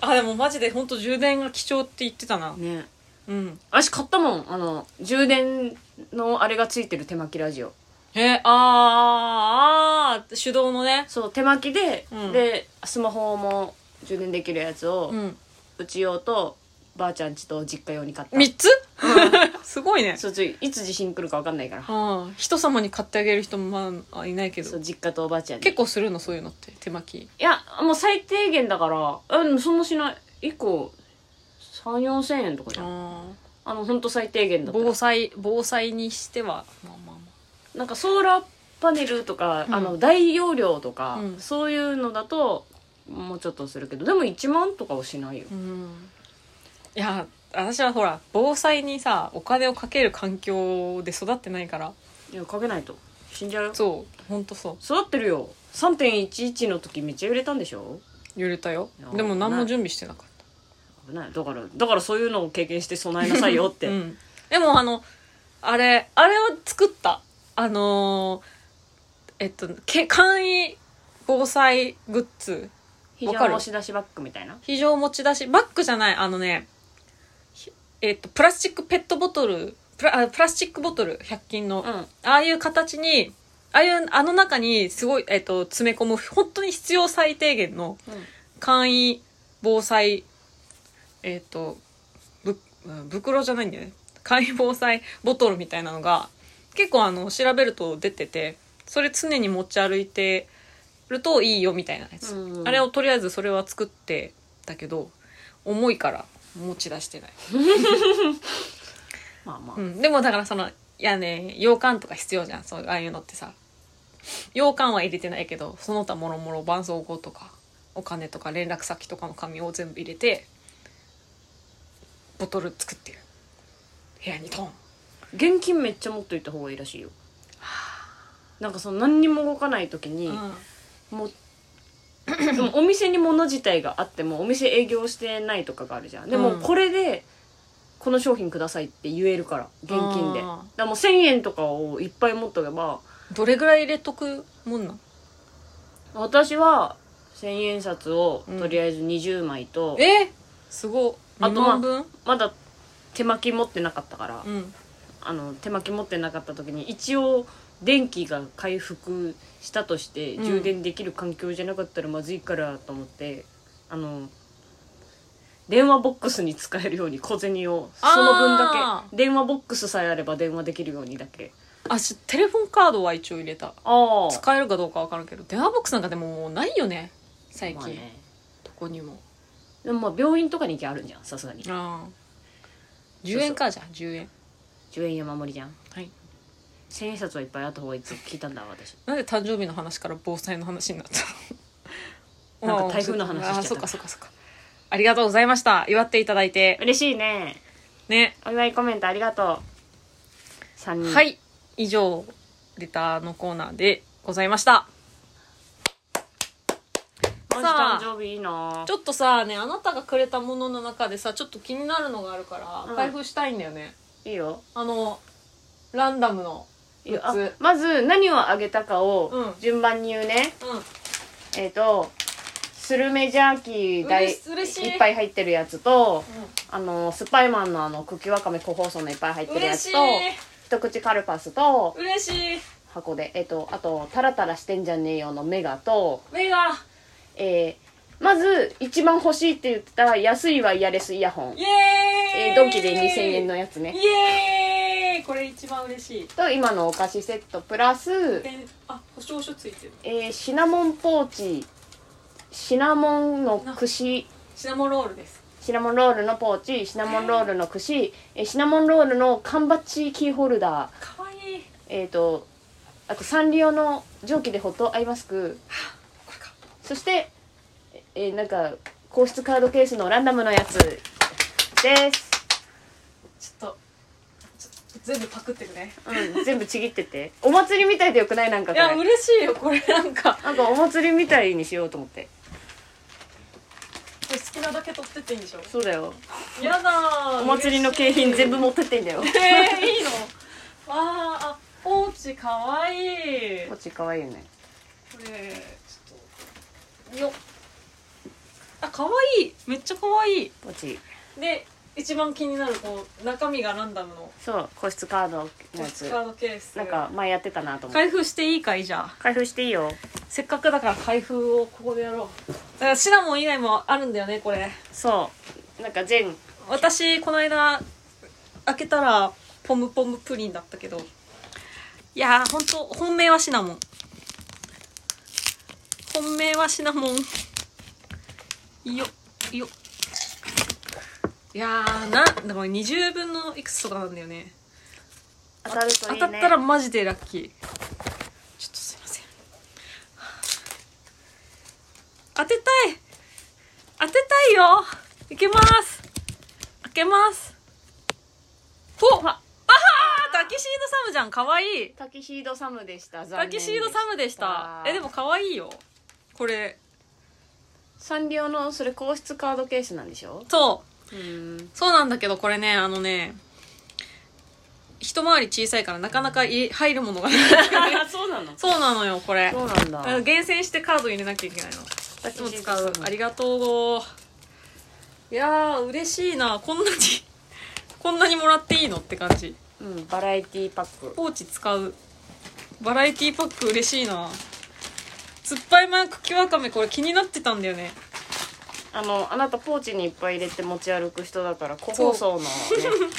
B: 当あでもマジで本当充電が貴重って言ってたな
A: ね
B: うん
A: 私買ったもんあの充電のあれがついてる手巻きラジオ
B: えー、あーあー手動のね
A: そう手巻きで、
B: うん
A: でスマホも充電できるやつを、
B: うん
A: うち用とばあちゃんちと実家用に買った
B: 3つ すごいね
A: そうついつ地震来るか分かんないから、
B: うん人様に買ってあげる人もまあいないけど
A: そう実家とおばあちゃんに
B: 結構するのそういうのって手巻き
A: いやもう最低限だからうんそんなしない1個3 4千円とかじゃん
B: あ
A: あのほんと最低限だった
B: 防災防災にしてはまあまあま
A: なんかソーラーパネルとか、
B: うん
A: あの大容量とか、
B: うん
A: そういうのだともうちょっとするけどでも1万とかはしないよ
B: うんいや私はほら防災にさお金をかける環境で育ってないから
A: いやかけないと死んじゃうよ
B: そうほんとそう
A: 育ってるよ3.11の時めっちゃ揺れたんでしょ
B: 揺れたよ
A: いや
B: でも何も準備してなかっ
A: 危ないだからだからそういうのを経験して備えなさいよって
B: た、 うん、でもあのあれあれは作ったあのーえっとけ簡易防災グッズ
A: 非常
B: わかる
A: 押し出しバッグみたいな
B: 非常持ち出しバッグじゃないあのねひえっとプラスチックペットボトルプラあプラスチックボトル100均
A: う
B: の、
A: んあ
B: ああいう形に、ああいう、あの中にすごい、えっと、詰め込む、本当に必要最低限の
A: うん
B: 簡易防災、えっと、ぶ、うん袋じゃないんだよね。簡易防災ボトルみたいなのが、結構あの、調べると出てて、それ常に持ち歩いてるといいよみたいなやつ。
A: うん
B: あれをとりあえずそれは作ってたけど、重いから持ち出してない。
A: まあまあ、
B: うん、でもだからそのいやね洋館とか必要じゃんそうああいうのってさ洋館は入れてないけどその他もろもろ絆創膏とかお金とか連絡先とかの紙を全部入れてボトル作ってる部屋にトン
A: 現金めっちゃ持っといた方がいいらしいよなんかその何にも動かない時に、もう でもお店に物自体があってもお店営業してないとかがあるじゃんでも
B: うん
A: これでこの商品くださいって言えるから現金でだ
B: あー
A: からもう1000円とかをいっぱい持っとけば
B: どれぐらい入れとくもんなん
A: 私は1000円札をとりあえず20枚と、
B: えすご
A: あ
B: 2
A: とまあ
B: 万分、
A: まだ手巻き持ってなかったから、
B: うん
A: あの手巻き持ってなかった時に一応電気が回復したとして
B: うん
A: 充電できる環境じゃなかったらまずいからと思って、あの電話ボックスに使えるように小銭をその分だ
B: あ
A: け電話ボックスさえあれば電話できるようにだけ
B: あしテレフォンカードは一応入れた
A: あ
B: 使えるかどうか分からんけど電話ボックスなんかでももうないよね最近、
A: まあね
B: どこにも
A: でもまあ病院とかに行きゃあるんじゃんさすがに
B: ああ10円かじゃあ10円
A: 10円山盛りじゃん
B: はい
A: 1000円札はいっぱいあった方がいいって聞いたんだ私
B: なんで誕生日の話から防災の話になった の
A: なんか台風の話しちゃった
B: あーそっかそっかそっかありがとうございました祝っていただいて
A: 嬉しいね
B: ね
A: お祝いコメントありがとう3人
B: はい以上レターのコーナーでございました
A: マジ誕生日いいな
B: ちょっとさねあなたがくれたものの中でさちょっと気になるのがあるか
A: う
B: ら
A: ん
B: 開封したいんだよね、
A: いいよ
B: あのランダムの
A: いいよ
B: グッズ
A: あまず何をあげたか
B: う
A: を
B: ん
A: 順番に言うね、
B: う
A: えっ、とスルメジャーキー大
B: うれし嬉しい
A: いっぱい入ってるやつと
B: ん、
A: あのスパイマンのあの茎わかめ個包装のいっぱい入っ
B: うん、
A: てるや
B: 嬉
A: つ
B: しい
A: と一口カルパスと
B: 嬉しい
A: 箱でえっ、とあとタラタラしてんじゃねえよのメガと
B: 目が
A: えーまず一番欲しいって言ってた安いはイヤレスイヤホン
B: イエ、ーイ、
A: えードンキで2000円のやつね
B: イエーイこれ一番嬉しい
A: と今のお菓子セットプラス
B: であ保証書ついてる
A: えーシナモンポーチシナモンの串
B: シナモンロールです
A: シナモンロールのポーチシナモンロールの串、えーシナモンロールの缶バッジキーホルダー
B: かわいい
A: えっ、とあとサンリオの蒸気でホットアイマスク
B: これか
A: そしてえーなんか皇室カードケースのランダムのやつです、
B: ちょっとちょっと全部パクってくね
A: うん、全部ちぎっててお祭りみたいでよくないなんか
B: い
A: こ
B: や
A: れ
B: 嬉しいよこれなんか
A: なんかお祭りみたいにしようと思って
B: これ好きなだけ取ってっていいんでしょ
A: そうだよ
B: やだー
A: お祭りの景品全部持ってってんだよ
B: 嬉しいえー、いいのわーあポーチかわいい
A: ポー
B: こ
A: チかわいいよね
B: れちょっとよっあ可愛いめっちゃ可愛い
A: ポーチ
B: で一番気になるこう中身がランダムの
A: そう個室カードのやつ
B: カードケース
A: なんか前やってたなと思って
B: 開封していいかいじゃあ
A: 開封していいよ
B: せっかくだから開封をここでやろうだからシナモン以外もあるんだよねこれ
A: そうなんか全
B: 私この間開けたらポムポムプリンだったけどいやーほんと本命はシナモン本命はシナモンよよいやーなでも20分のいくつとかなんだよね
A: 当たるといいね
B: 当たったらマジでラッキーちょっとすいません当てたい当てたいよいけます開けますほああタキシードサムじゃんかわいい
A: タキシードサムでした
B: タキシードサムでしたえでもかわいいよこれ
A: サンリオのそれ皇室カードケースなんでしょ
B: そう
A: うん
B: そうなんだけどこれねあのね一回り小さいからなかなかい入るものがない
A: そうなの
B: そうなのよこれ
A: そうなんだ
B: 厳選してカード入れなきゃいけないの
A: タ
B: いつも使うありがとういやー嬉しいなこんなに こんなにもらっていいのって感じ
A: うんバラエティパック
B: ポーチ使うバラエティパック嬉しいな酸っぱいマン茎わかめこれ気になってたんだよね
A: あのあなたポーチにいっぱい入れて持ち歩く人だから個包装の、ね、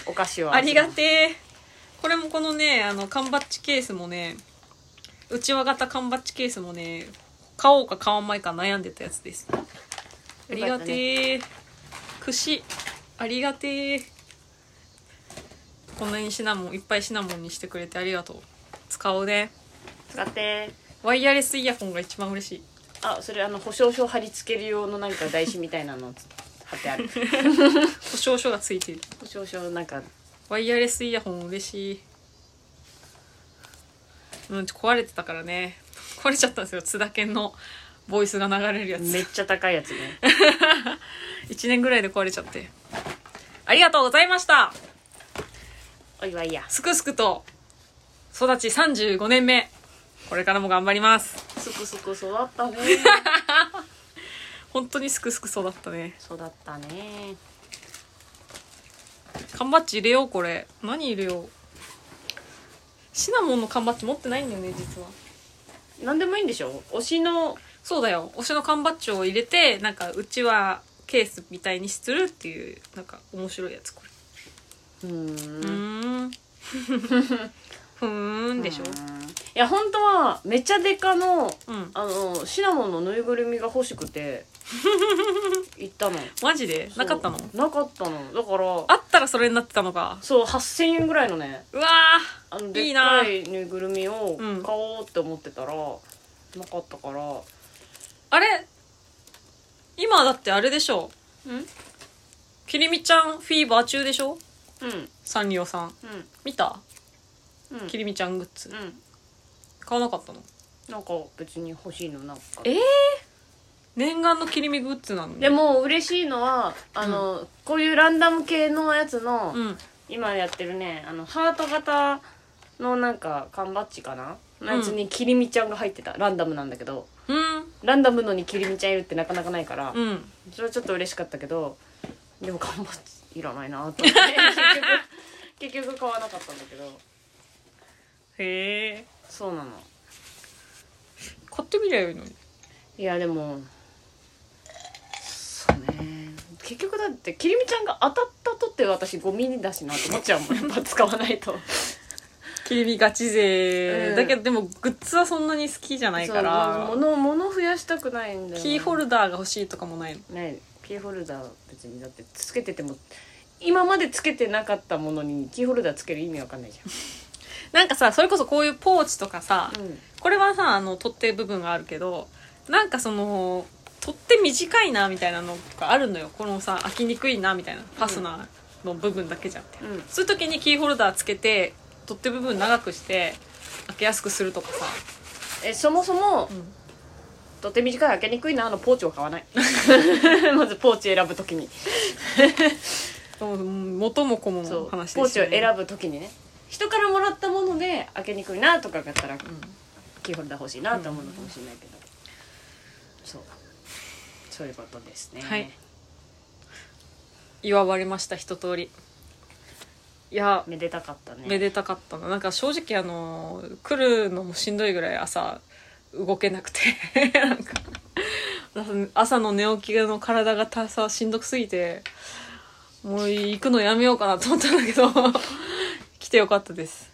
A: お菓子は
B: ありがてえこれもこのねあの缶バッジケースもねうちわ型缶バッジケースもね買おうか買わないか悩んでたやつですありがてえ、串ありがてえこんなにシナモンいっぱいシナモンにしてくれてありがとう使おうね
A: 使って
B: ワイヤレスイヤホンが一番嬉しい
A: あそれあの保証書貼り付ける用のなんか台紙みたいなの貼ってある
B: 保証書がついてる
A: 保証書なんか
B: ワイヤレスイヤホン嬉しいうんちょ壊れてたからね壊れちゃったんですよ津田健のボイスが流れるや
A: め
B: つ
A: っちゃ高いやつね
B: 1年ぐらいで壊れちゃってありがとうございました
A: お祝いや
B: すくすくと育ち35年目これからも頑張ります
A: すくすく育ったね
B: 本当にすくすく育ったね
A: 育ったね
B: 缶バッジ入れようこれ何入れようシナモンの缶バッジ持ってないんだよね実は
A: 何でもいいんでしょ推しの
B: そうだよ推しの缶バッジを入れてなんかうちはケースみたいにするっていうなんか面白いやつこれ
A: うーん
B: うーんふーんでしょ
A: うーんいや本当はめちゃデカの
B: うん
A: あのシナモンのぬいぐるみが欲しく て行ったの
B: マジでなかったの
A: そうなかったのだから
B: あったらそれになってたのか
A: そう8000円ぐらいのね
B: うわ
A: あの
B: い
A: で
B: い
A: っ
B: な
A: かいぬいぐるみを
B: うん
A: 買おうって思ってたら、なかったから
B: ーあれ今だってあれでしょ
A: うんうん
B: きりみちゃんフィーバー中でしょサンリオさん
A: う
B: 見た
A: んうん
B: きりみちゃんグッズ
A: うん
B: 買わなかったの
A: なんか別に欲しいのなかった
B: え念願のきりみグッズなのに
A: でも嬉しいのはあの、こういうランダム系のやつの、
B: うん
A: 今やってるねあのハート型のなんか缶バッジかなのやつにキリミちゃんが入ってたランダムなんだけど
B: うん
A: ランダムのにキリミちゃんいるってなかなかないから、
B: うん
A: それはちょっと嬉しかったけどでも缶バッジいらないなと 思って結局結局買わなかったんだけど
B: へえ
A: そうなの
B: 買ってみりゃいいのに
A: いやでもそうね結局だってキリミちゃんが当たったとって私ゴミだしなと思っちゃうもんやっぱ使わないと
B: 切り身ガチ勢、
A: うん
B: だけどでもグッズはそんなに好きじゃないから
A: そう物物増やしたくないんだよな
B: キーホルダーが欲しいとかもないの
A: ねキーホルダー別にだってつけてても今までつけてなかったものにキーホルダーつける意味わかんないじ
B: なんかさそれこそこういうポーチとかさ
A: ゃ、ん、
B: これはさあの取っ手部分があるけどなんかその取っ手短いなみたいなのとかあるのよこのさ開きにくいなみたいなファスナーの部分だけじゃんって、
A: うん
B: そういう時にキーホルダーつけて取っ手部分長くして開けやすくするとかさ、
A: えそもそも、
B: ん
A: とて短い開けにくいなあのポーチを買わない まずポーチ選ぶときに、
B: うん元も子も
A: そ
B: の
A: うポ
B: 話
A: ー
B: です
A: チ
B: よ
A: を
B: ね
A: 選ぶときにね人からもらったもので開けにくいなとかだったら、キーホルダー欲しいなと思うのかもしれないけど、そうそういうことですね
B: はい祝われました一通りいや
A: めでたかったね
B: めでたかったななんか正直あの来るのもしんどいぐらい朝動けなくて なんか朝の寝起きの体がたさしんどくすぎてもう行くのやめようかなと思ったんだけど 来てよかったです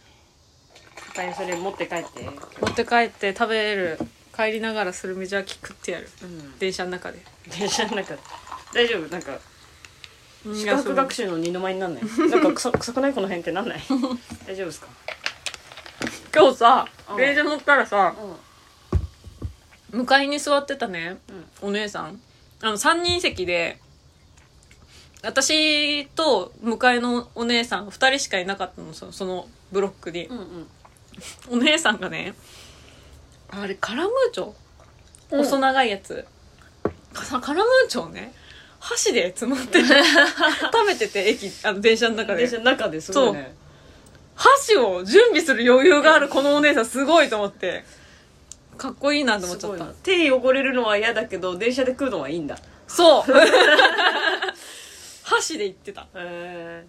A: 大変それ持って帰って、
B: 持って帰って食べる帰りながらスルメジャーキ食ってやる
A: うん
B: 電車の中で
A: 電車の中大丈夫なんか視
B: いやそ
A: 覚
B: う
A: 学習の二の舞になんないなんか臭臭くないこの辺って なんない大丈夫ですか
B: 今日さ
A: うん
B: 電車乗ったらさ
A: うん
B: 向かいに座ってたね
A: うん
B: お姉さんあの、三人席で、私と迎えのお姉さん二人しかいなかったの、そのそのブロックに
A: う。んうん
B: お姉さんがね、あれ、カラムーチョ
A: うん
B: 細長いやつ。さカラムーチョをね、箸でつ まって、食べてて、駅、あの、電車の中で
A: 電。車の中ですごいね
B: 箸を準備する余裕があるこのお姉さんすごいと思ってかっこいいなと思っちゃっ
A: すごい
B: た
A: な手汚れるのは嫌だけど電車で食うのはいいんだ
B: そう 箸で言ってた
A: へえ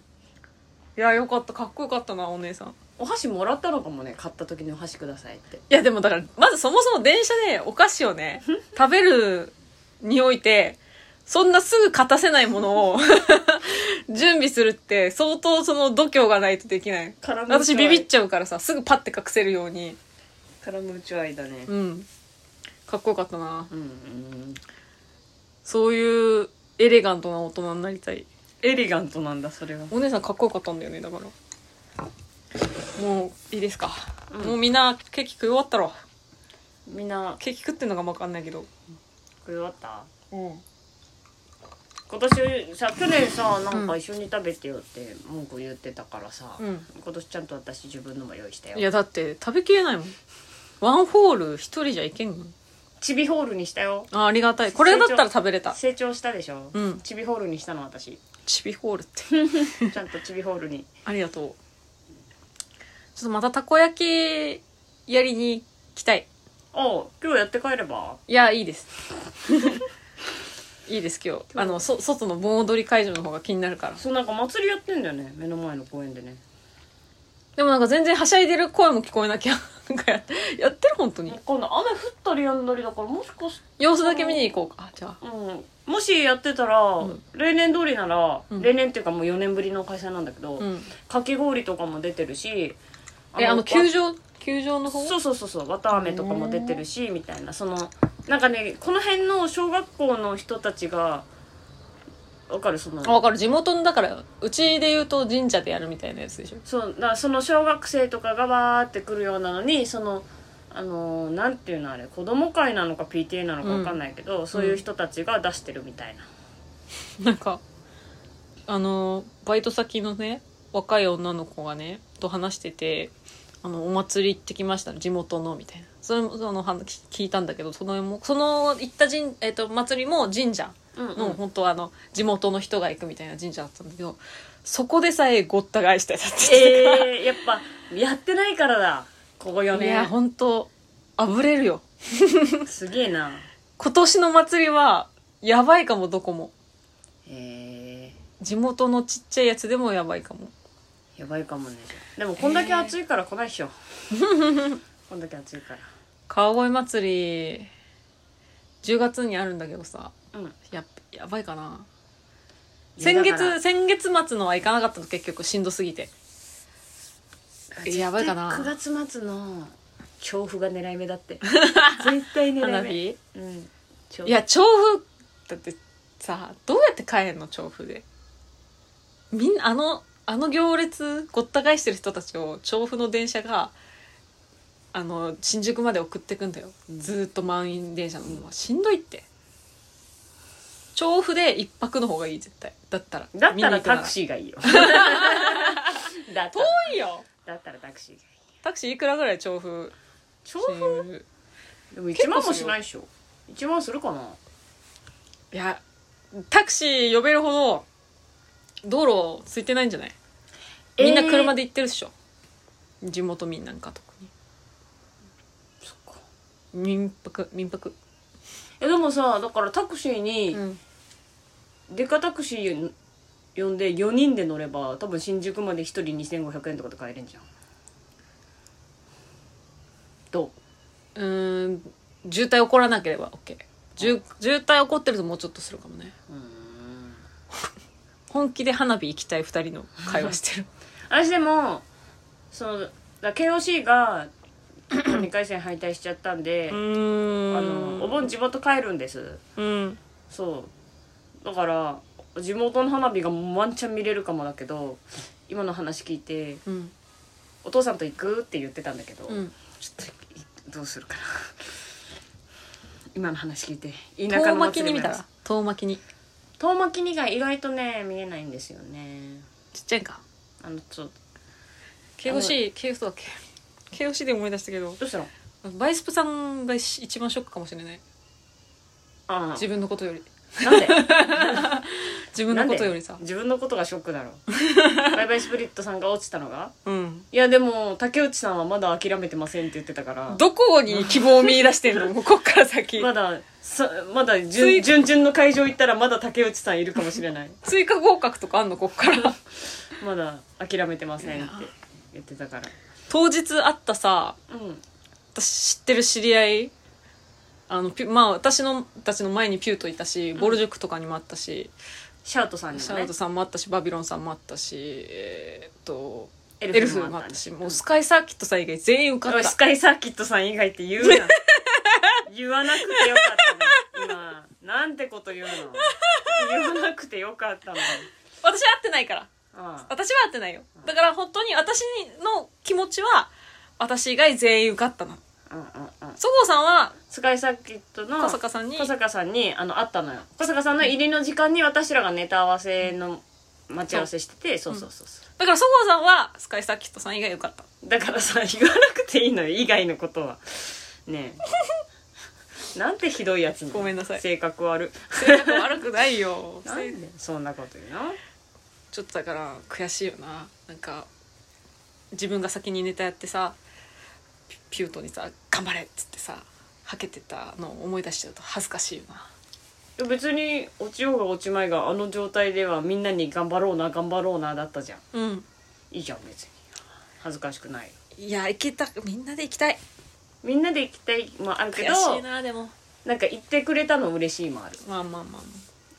B: いやよかったかっこよかったなお姉さんい
A: お箸もらったのかもね買った時にお箸くださいって
B: やでもだからまずそもそも電車でお菓子を ね食べるにおいてそんなすぐ勝たせないものを 準備するって相当その度胸がないとできない
A: 絡む
B: 私ビビっちゃうからさすぐパッて隠せるように
A: カラムーチョ愛だね
B: うんかっこよかったな
A: うんうん
B: そういうエレガントな大人になりたい。
A: エレガントなんだそれは
B: お姉さんかっこよかったんだよね、だから。もういいですか。
A: うん
B: もうみんなケーキ食い終わったろ。
A: みんな
B: ケーキ食ってんのかもわかんないけど。
A: 食い終わった
B: うん。
A: 今年さ去年さなんか一緒に食べてよって文句言ってたからさ、
B: うん
A: 今年ちゃんと私自分のも用意したよ
B: いや、だって食べきれないもん。ワンホール一人じゃいけんの
A: チビホールにしたよ
B: あ、ありがたい。これだったら食べれた。
A: 成長したでしょ、
B: うん
A: チビホールにしたの 私
B: チビホールって。
A: ちゃんとチビホールに
B: ありがとう。ちょっとまたたこ焼きやりに来たい。
A: ああ今日やって帰れば
B: いや、い いです。いいです、今日。あの、そ、外の盆踊り会場の方が気になるから。
A: そうなんか祭りやってんだよね目の前の公園でね
B: でもなんか全然はしゃいでる声も聞こえなきゃ。なんかやってやってる本当に。
A: 今度雨降ったりやんだりだからもしかし
B: 様子だけ見に行こうか。あじゃあ。
A: うんもしやってたら、
B: ん
A: 例年通りなら、
B: うん
A: 例年っていうかもう4年ぶりの開催なんだけど、
B: うん。
A: かき氷とかも出てるし
B: え、あの、球
A: 場
B: 場、球場の方
A: そうそうそうそう綿飴とかも出てるしみたいなそのなんかねこの辺の小学校の人たちがわかるその
B: あわかる。地元の、だから、うちで言うと神社でやるみたいなやつでしょ。
A: そうだからその小学生とかがわーって来るようなのにそのあのーなんていうのあれ子供会なのか PTA なのかわかんないけど、そういう人たちが出してるみたいな、
B: なんか、あの、バイト先のね、若い女の子がね、と話してて、あの、お祭り行ってきました、地元の、みたいな。それも、その、は聞いたんだけど、その、もその、行った神、えっ、と、祭りも神社。
A: うんうん
B: の、本当あの地元の人が行くみたいな神社だったんだけどそこでさえごった返してたって言って
A: えー、 やっぱやってないからだここ4
B: たいや
A: 年
B: 本当あぶれるよ
A: すげえな
B: 今年の祭りはやばいかもどこも
A: え
B: 地元のちっちゃいやつでもやばいかも
A: ー、やばいかもねでもこんだけ暑いから来ないっしょ、 こんだけ暑いから
B: 川越祭り10月にあるんだけどさ
A: うん
B: ややばいかない
A: や
B: 先
A: だから
B: 月先月末のは行かなかったの結局しんどすぎて
A: 絶
B: やばいかな
A: 対9月末の調布が狙い目だって 絶対狙い目
B: 花火
A: うん調布
B: いや調布だってさどうやって帰んの調布でみんなあのあの行列ごった返してる人たちを調布の電車があの新宿まで送ってくんだよ、
A: うん
B: ずーっと満員電車のもうしんどいって調布で一泊の方がいい絶対だったら
A: だったらタク
B: ー
A: シーが いいよだったら
B: 遠いよ
A: だったらタクシーがいい
B: タクシーいくらぐらい調布
A: 調
B: 新
A: 布
B: 宿
A: でも1万もしないでしょ1万するかない
B: やタクシー呼べるほど道路空いてないんじゃないみんな車で行ってるっしょ、地元民なんか特に
A: そっか
B: 民泊民泊
A: えでもさだからタクシーに、
B: ん
A: デカタクシー呼んで4人で乗れば多分新宿まで1人2500円とかで帰れんじゃんど
B: うーん渋滞起こらなければ OK 渋渋滞起こってるともうちょっとするかもね
A: ううーん
B: 本気で花火行きたい2人の会話してる
A: 私でもそのだ KOC が2回戦敗退しちゃったんで、あ
B: うーん
A: のお盆地元帰るんです
B: うん
A: そうだから地元の花火がワンチャン見れるかもだけど今の話聞いて
B: うん
A: 「お父さんと行く?」って言ってたんだけど、
B: うん
A: ちょっといどうするかな 今の話聞いて田舎の
B: 遠巻き
A: 祭
B: に
A: り
B: 見た
A: もや
B: ら遠巻きに
A: ります遠巻きにが意外とね見えないんですよね
B: ちっちゃいんか
A: あのちょ
B: KOC KOC だっけ KOC で思い出したけど
A: どうしたの
B: バイスプさんがし一番ショックかもしれない
A: あ
B: 自分のことより
A: あなんで
B: 自分 のことよりさ
A: なんで自分のことがショックだろバイバイスプリットさんが落ちたのが
B: うん
A: いやでも竹内さんはまだ諦めてませんって言ってたから
B: どこに希望を見出してん のもうこっから先
A: まださまだ
B: つい
A: 準準々の会場行ったらまだ竹内さんいるかもしれない
B: 追加合格とかあんのこっから
A: まだ諦めてませんって言ってたから
B: 当日会ったさ
A: うん
B: 私知ってる知り合いあのピュまあ私のたちの前にピュートいたしボル塾とかにもあったし、
A: シャウトさんに
B: シ
A: も
B: ャー
A: ね
B: ドさんもあったしバビロンさんもあったしえーっと
A: エ
B: エルフもあったしもうスカイサーキットさん以外全員受か
A: お
B: っ
A: い
B: た
A: スカイサーキットさん以外って言うな 言わなくてよかったの今なんてこと言うの言わなくてよかったの
B: 私は会ってないから
A: ああ
B: 私は会ってないよだから本当に私の気持ちは私以外全員受かったの
A: うんうんうん
B: そごうさんは
A: スカイサーキットの
B: 小坂さんに
A: 小坂さんにあの会ったのよ小坂さんの入りの時間に私らがネタ合わせの待ち合わせしててそうそうそうそう
B: だからそごうさんはスカイサーキットさん以外受かった
A: だからさ言わなくていいのよ以外のことはね えなんてひどいやつなの
B: ごめんなさい
A: 性格悪
B: 性格悪くないよ
A: なんでそんなこと言うの
B: ちょっとだから悔しいよななんか自分が先にネタやってさピピュートにさ「頑張れ!」っつってさはけてたのを思い出しちゃうと恥ずかしいよな
A: 別に落ちようが落ちまいがあの状態ではみんなに頑張ろうな頑張ろうなだったじゃん
B: うん
A: いいじゃん別に恥ずかしくない
B: いや行けたみんなで行きたい
A: みんなで行きたいもあるけ
B: 悔
A: ど
B: しいなでも
A: なんか行ってくれたの嬉しいもある
B: まあまあまあま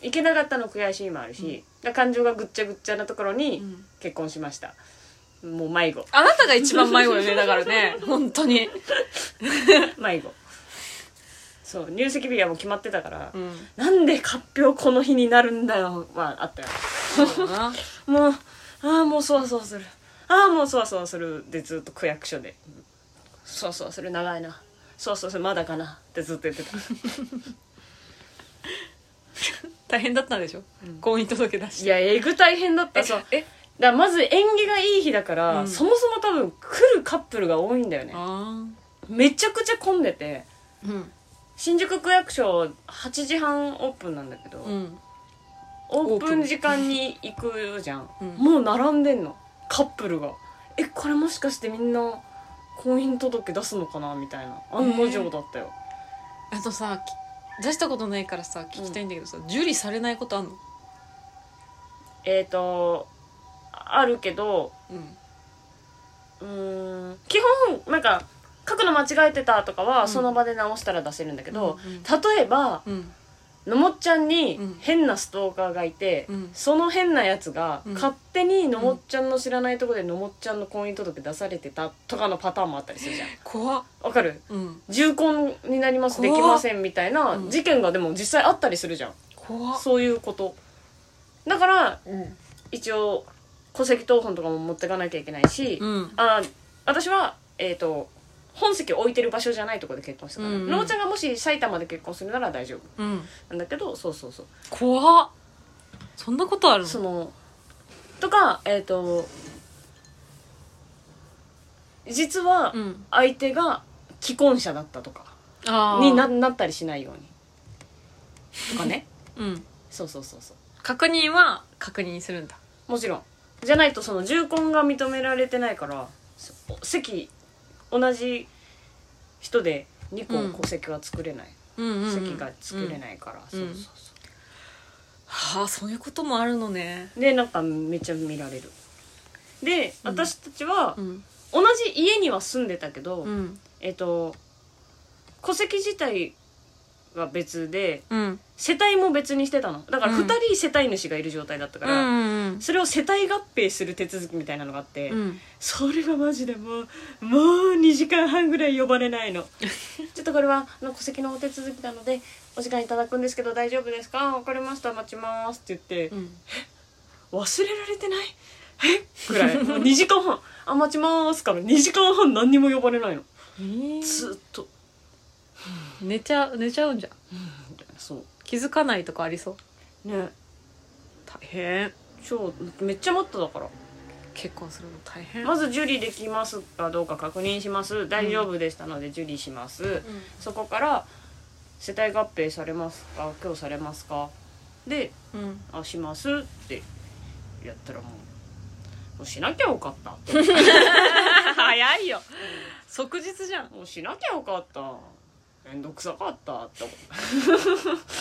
A: 行けなかったの悔しいもあるし、だから感情がぐっちゃぐっちゃなところに
B: うん
A: 結婚しました、もう 迷子
B: ああなたが一番迷子よねだから ね本当に
A: 迷子そう入籍日はもう決まってたから、
B: うん
A: なんで発表この日になるんだよはあったよ
B: そうだな
A: もうああもうそわそわするああもうそわそわするでずっと区役所でそわそわする長いなそわそわするまだかなってずっと言ってた
B: 大変だったんでしょ、婚姻届出し
A: い
B: て
A: やえぐ大変だったそう
B: え
A: だからまず縁起がいい日だから、
B: うん
A: そもそも多分来るカップルが多いんだよね
B: あ
A: めちゃくちゃ混んでて
B: あうん
A: 新宿区役所8時半オープンなんだけど、
B: うん
A: オープン時間に行くじゃん、
B: うん
A: もう並んでんのカップルがえこれもしかしてみんな婚姻届出すのかなみたいな案の定だったよ、
B: あとさき出したことないからさ聞きたいんだけどさ、受理されないことあんの
A: えっ、とあるけど
B: うん
A: うーん基本なんか書くの間違えてたとかは
B: ん
A: その場で直したら出せるんだけど、
B: うんうん
A: 例えば
B: うん
A: のもっちゃんに
B: うん
A: 変なストーカーがいて、
B: うん
A: その変なやつが
B: うん
A: 勝手にのもっちゃんの知らないとこでのもっちゃんの婚姻届出されてたとかのパターンもあったりするじゃん
B: 怖っ
A: わかる
B: うん
A: 重婚になりますで
B: 怖
A: き
B: っ
A: ませんみたいな
B: うん
A: 事件がでも実際あったりするじゃん
B: 怖っ
A: そういうことだから
B: うん
A: 一応戸籍謄本とかも持ってかなきゃいけないし、
B: うん
A: あ私はえっ、と本籍置いてる場所じゃないとこで結婚したから、
B: うんうん
A: のもちゃんがもし埼玉で結婚するなら大丈夫
B: うん
A: なんだけどそうそうそう
B: 怖っそんなことある
A: そ
B: の
A: のとかえっ、と実は
B: うん
A: 相手が既婚者だったとか
B: ああ
A: にななったりしないようにとか ね
B: うん
A: そうそうそうそ
B: 確認は確認するんだ
A: うもちろんじゃないとその重婚が認められてないからそ席同じ人で2
B: うん
A: 個戸籍は作れない、
B: うんうん、うん、
A: 席が作れないから、そうそうそう
B: はあそういうこともあるのね
A: でなんかめっちゃ見られるで
B: うん
A: 私たちは
B: うん
A: 同じ家には住んでたけど、
B: うん
A: えっと戸籍自体は別で
B: うん
A: 世帯も別にしてたのだから
B: うん
A: 2人世帯主がいる状態だったか
B: う
A: ら、
B: ん
A: それを世帯合併する手続きみたいなのがあって、
B: うん
A: それがマジでもうもう2時間半ぐらい呼ばれないの ちょっとこれはあの戸籍のお手続きなのでお時間いただくんですけど大丈夫ですか分かりました待ちますって言って、
B: うん
A: 忘れられてないえぐらい もう2時間半あ待ちますから2時間半何にも呼ばれないの
B: えー
A: ずーっと
B: 寝ちゃう寝ちゃうんじゃん
A: そう
B: 気づかないとかありそう
A: ね
B: 大変
A: 超めっちゃ待っただから
B: 結婚するの大変、
A: まず受理できますかどうか確認します大丈夫でしたので受理します、そこから世帯合併されますか今日されますかで
B: うんうん
A: あしますってやったらもうもうしなきゃよかった って
B: 早いよ即日じゃんで
A: もうしなきゃよかっためんどくさかったって思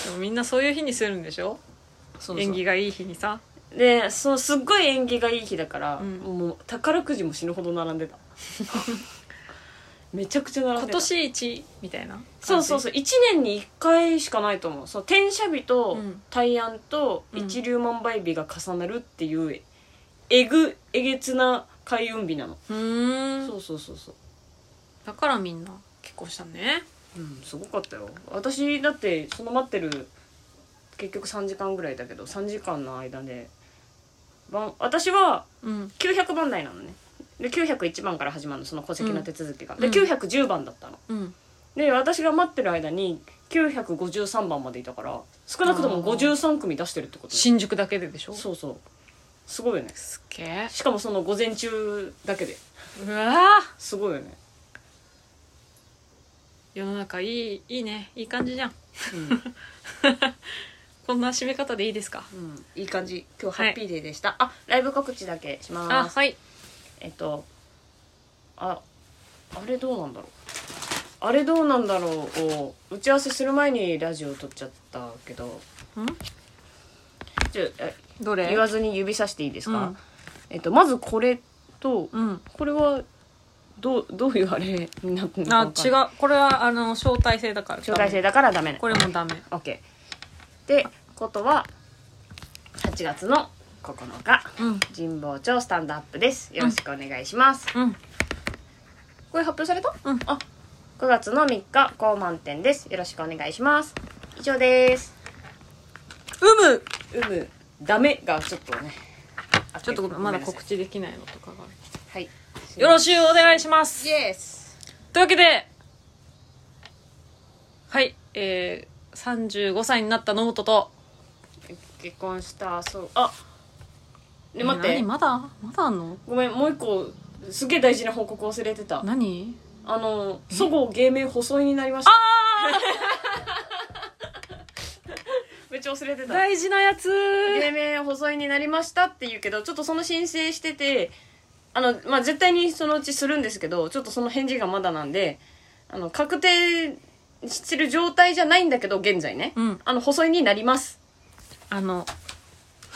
A: う
B: もみんなそういう日にするんでしょ縁起がいい日にさ
A: でそうすっごい縁起がいい日だから、
B: うん
A: もう宝くじも死ぬほど並んで ためちゃくちゃ並ん
B: 今
A: でた
B: 年一みたいな感じ
A: そうそうそう1年に1回しかないと思うそう転写日と
B: うん
A: 大安と
B: うん
A: 一粒万倍日が重なるっていうええぐえげつな開運日なの、
B: うーん
A: そうそうそうそう
B: だからみんな結婚したね
A: うんすごかったよ私だってその待ってる結局3時間ぐらいだけど3時間の間で番私は
B: うん
A: 900番台なのねで901番から始まるのその戸籍の手続きが、で
B: うん
A: 910番だったの
B: うん
A: で私が待ってる間に953番までいたから少なくとも53組出してるってこと
B: 新宿だけででしょ
A: そうそうすごいよね
B: すっげえ
A: しかもその午前中だけで
B: うわー
A: すごいよね、
B: 世の中いいいいねいい感じじゃん
A: うん
B: こんな締め方でいいですか
A: うんいい感じ今日ハ
B: はい
A: ッピーデーでした、あライブ告知だけします
B: あはい
A: えっとああれどうなんだろうあれどうなんだろうを打ち合わせする前にラジオ撮っちゃったけどちょえ
B: どれ
A: 言わずに指さしていいですか、
B: うん
A: えっとまずこれと
B: うん
A: これはどうどういうあれになってるのか
B: あ
A: わか
B: 違
A: んない
B: うんこれはあの招待制だから
A: 招待制だからダメね
B: これもダメ
A: OK でことは8月の9日
B: うん
A: 神保町スタンドアップですよろしくお願いします、
B: うん
A: これ発表された
B: うん
A: あ9月の3日高満点ですよろしくお願いします以上です
B: うむ
A: うむダメがちょっとねあ
B: ちょっとごめんまだ
A: さ
B: 告
A: い
B: 知できないのとかがある
A: はい
B: よろしくお願いします
A: イエス
B: というわけで、はい、えー、35歳になったノートと、
A: 結婚したそうあね待っ
B: えー
A: て
B: 何まだまだあんの
A: ごめんもう一個すげえ大事な報告忘れてた
B: 何
A: あのそごう芸名細いになりました めっちゃ忘れてた
B: 大事なやつ
A: 芸名細いになりましたって言うけどちょっとその申請しててあの、まあ、絶対にそのうちするんですけどちょっとその返事がまだなんであの確定してる状態じゃないんだけど現在ね、
B: うん
A: あの細いになります
B: あの、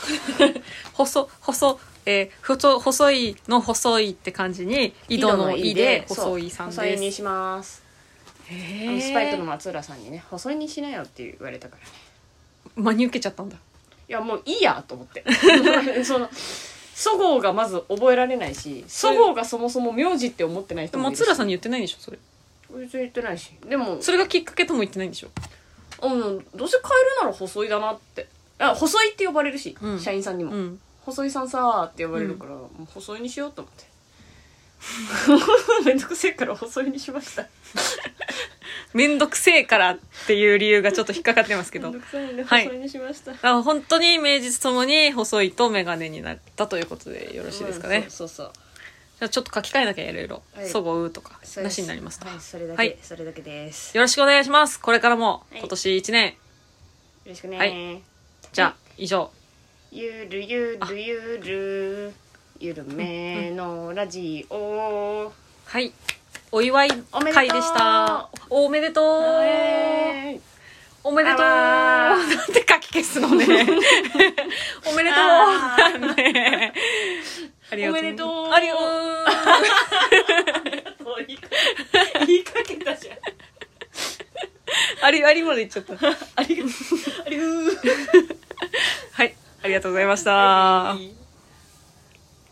B: 細、細、えー、細、細いの細いって感じに、井戸の井で、
A: そう
B: 細いさんです。
A: 細いにします、
B: へ
A: あの
B: ー
A: スパイクの松浦さんにね細いにしなよって言われたからね
B: 真に受けちゃったんだ。
A: いやもういいやと思って そのそごうがまず覚えられないしそごうがそもそも名字って思ってない人もいるし
B: 松浦さんに言ってないんでしょそれ。
A: 別に言ってないしでも
B: それがきっかけとも言ってないんでしょ
A: うんどうせ変えるなら細いだなってあ細いって呼ばれるし、
B: うん
A: 社員さんにも、
B: うん。細
A: 細いさんさーって呼ばれるから、もう細いにしようと思って めんどくせえから細いにしました
B: めんどくせえからっていう理由がちょっと引っかかってますけ
A: めん
B: ど
A: ど。くさいんで
B: はい
A: 細いにしました、
B: あ本当に名実ともに細いとメガネになったということでよろしいですかね、
A: うんそうそうそう
B: じゃあちょっと書き換えなきゃいろいろ
A: はい
B: そごうとか
A: そう
B: な
A: です
B: しになりますと、
A: はいそれだけ、
B: はい
A: それだけですよ
B: よろしくお願いしますこれからも
A: はい
B: 今年1年、
A: ろしくねー、
B: はいじゃあ以上
A: ゆるゆるゆるゆるめのラジオ、
B: はいお祝い会でしたおめでとう
A: えー
B: おめでとう
A: あら
B: なん
A: ー
B: て書き消すの ねおめでとう
A: あ
B: なんでありがとう
A: おめでとう
B: ありがとう
A: もう言いか け言いかけたじゃん
B: ありありまで言っちゃった
A: ありがとうありがとう
B: はいありがとうございました、
A: はい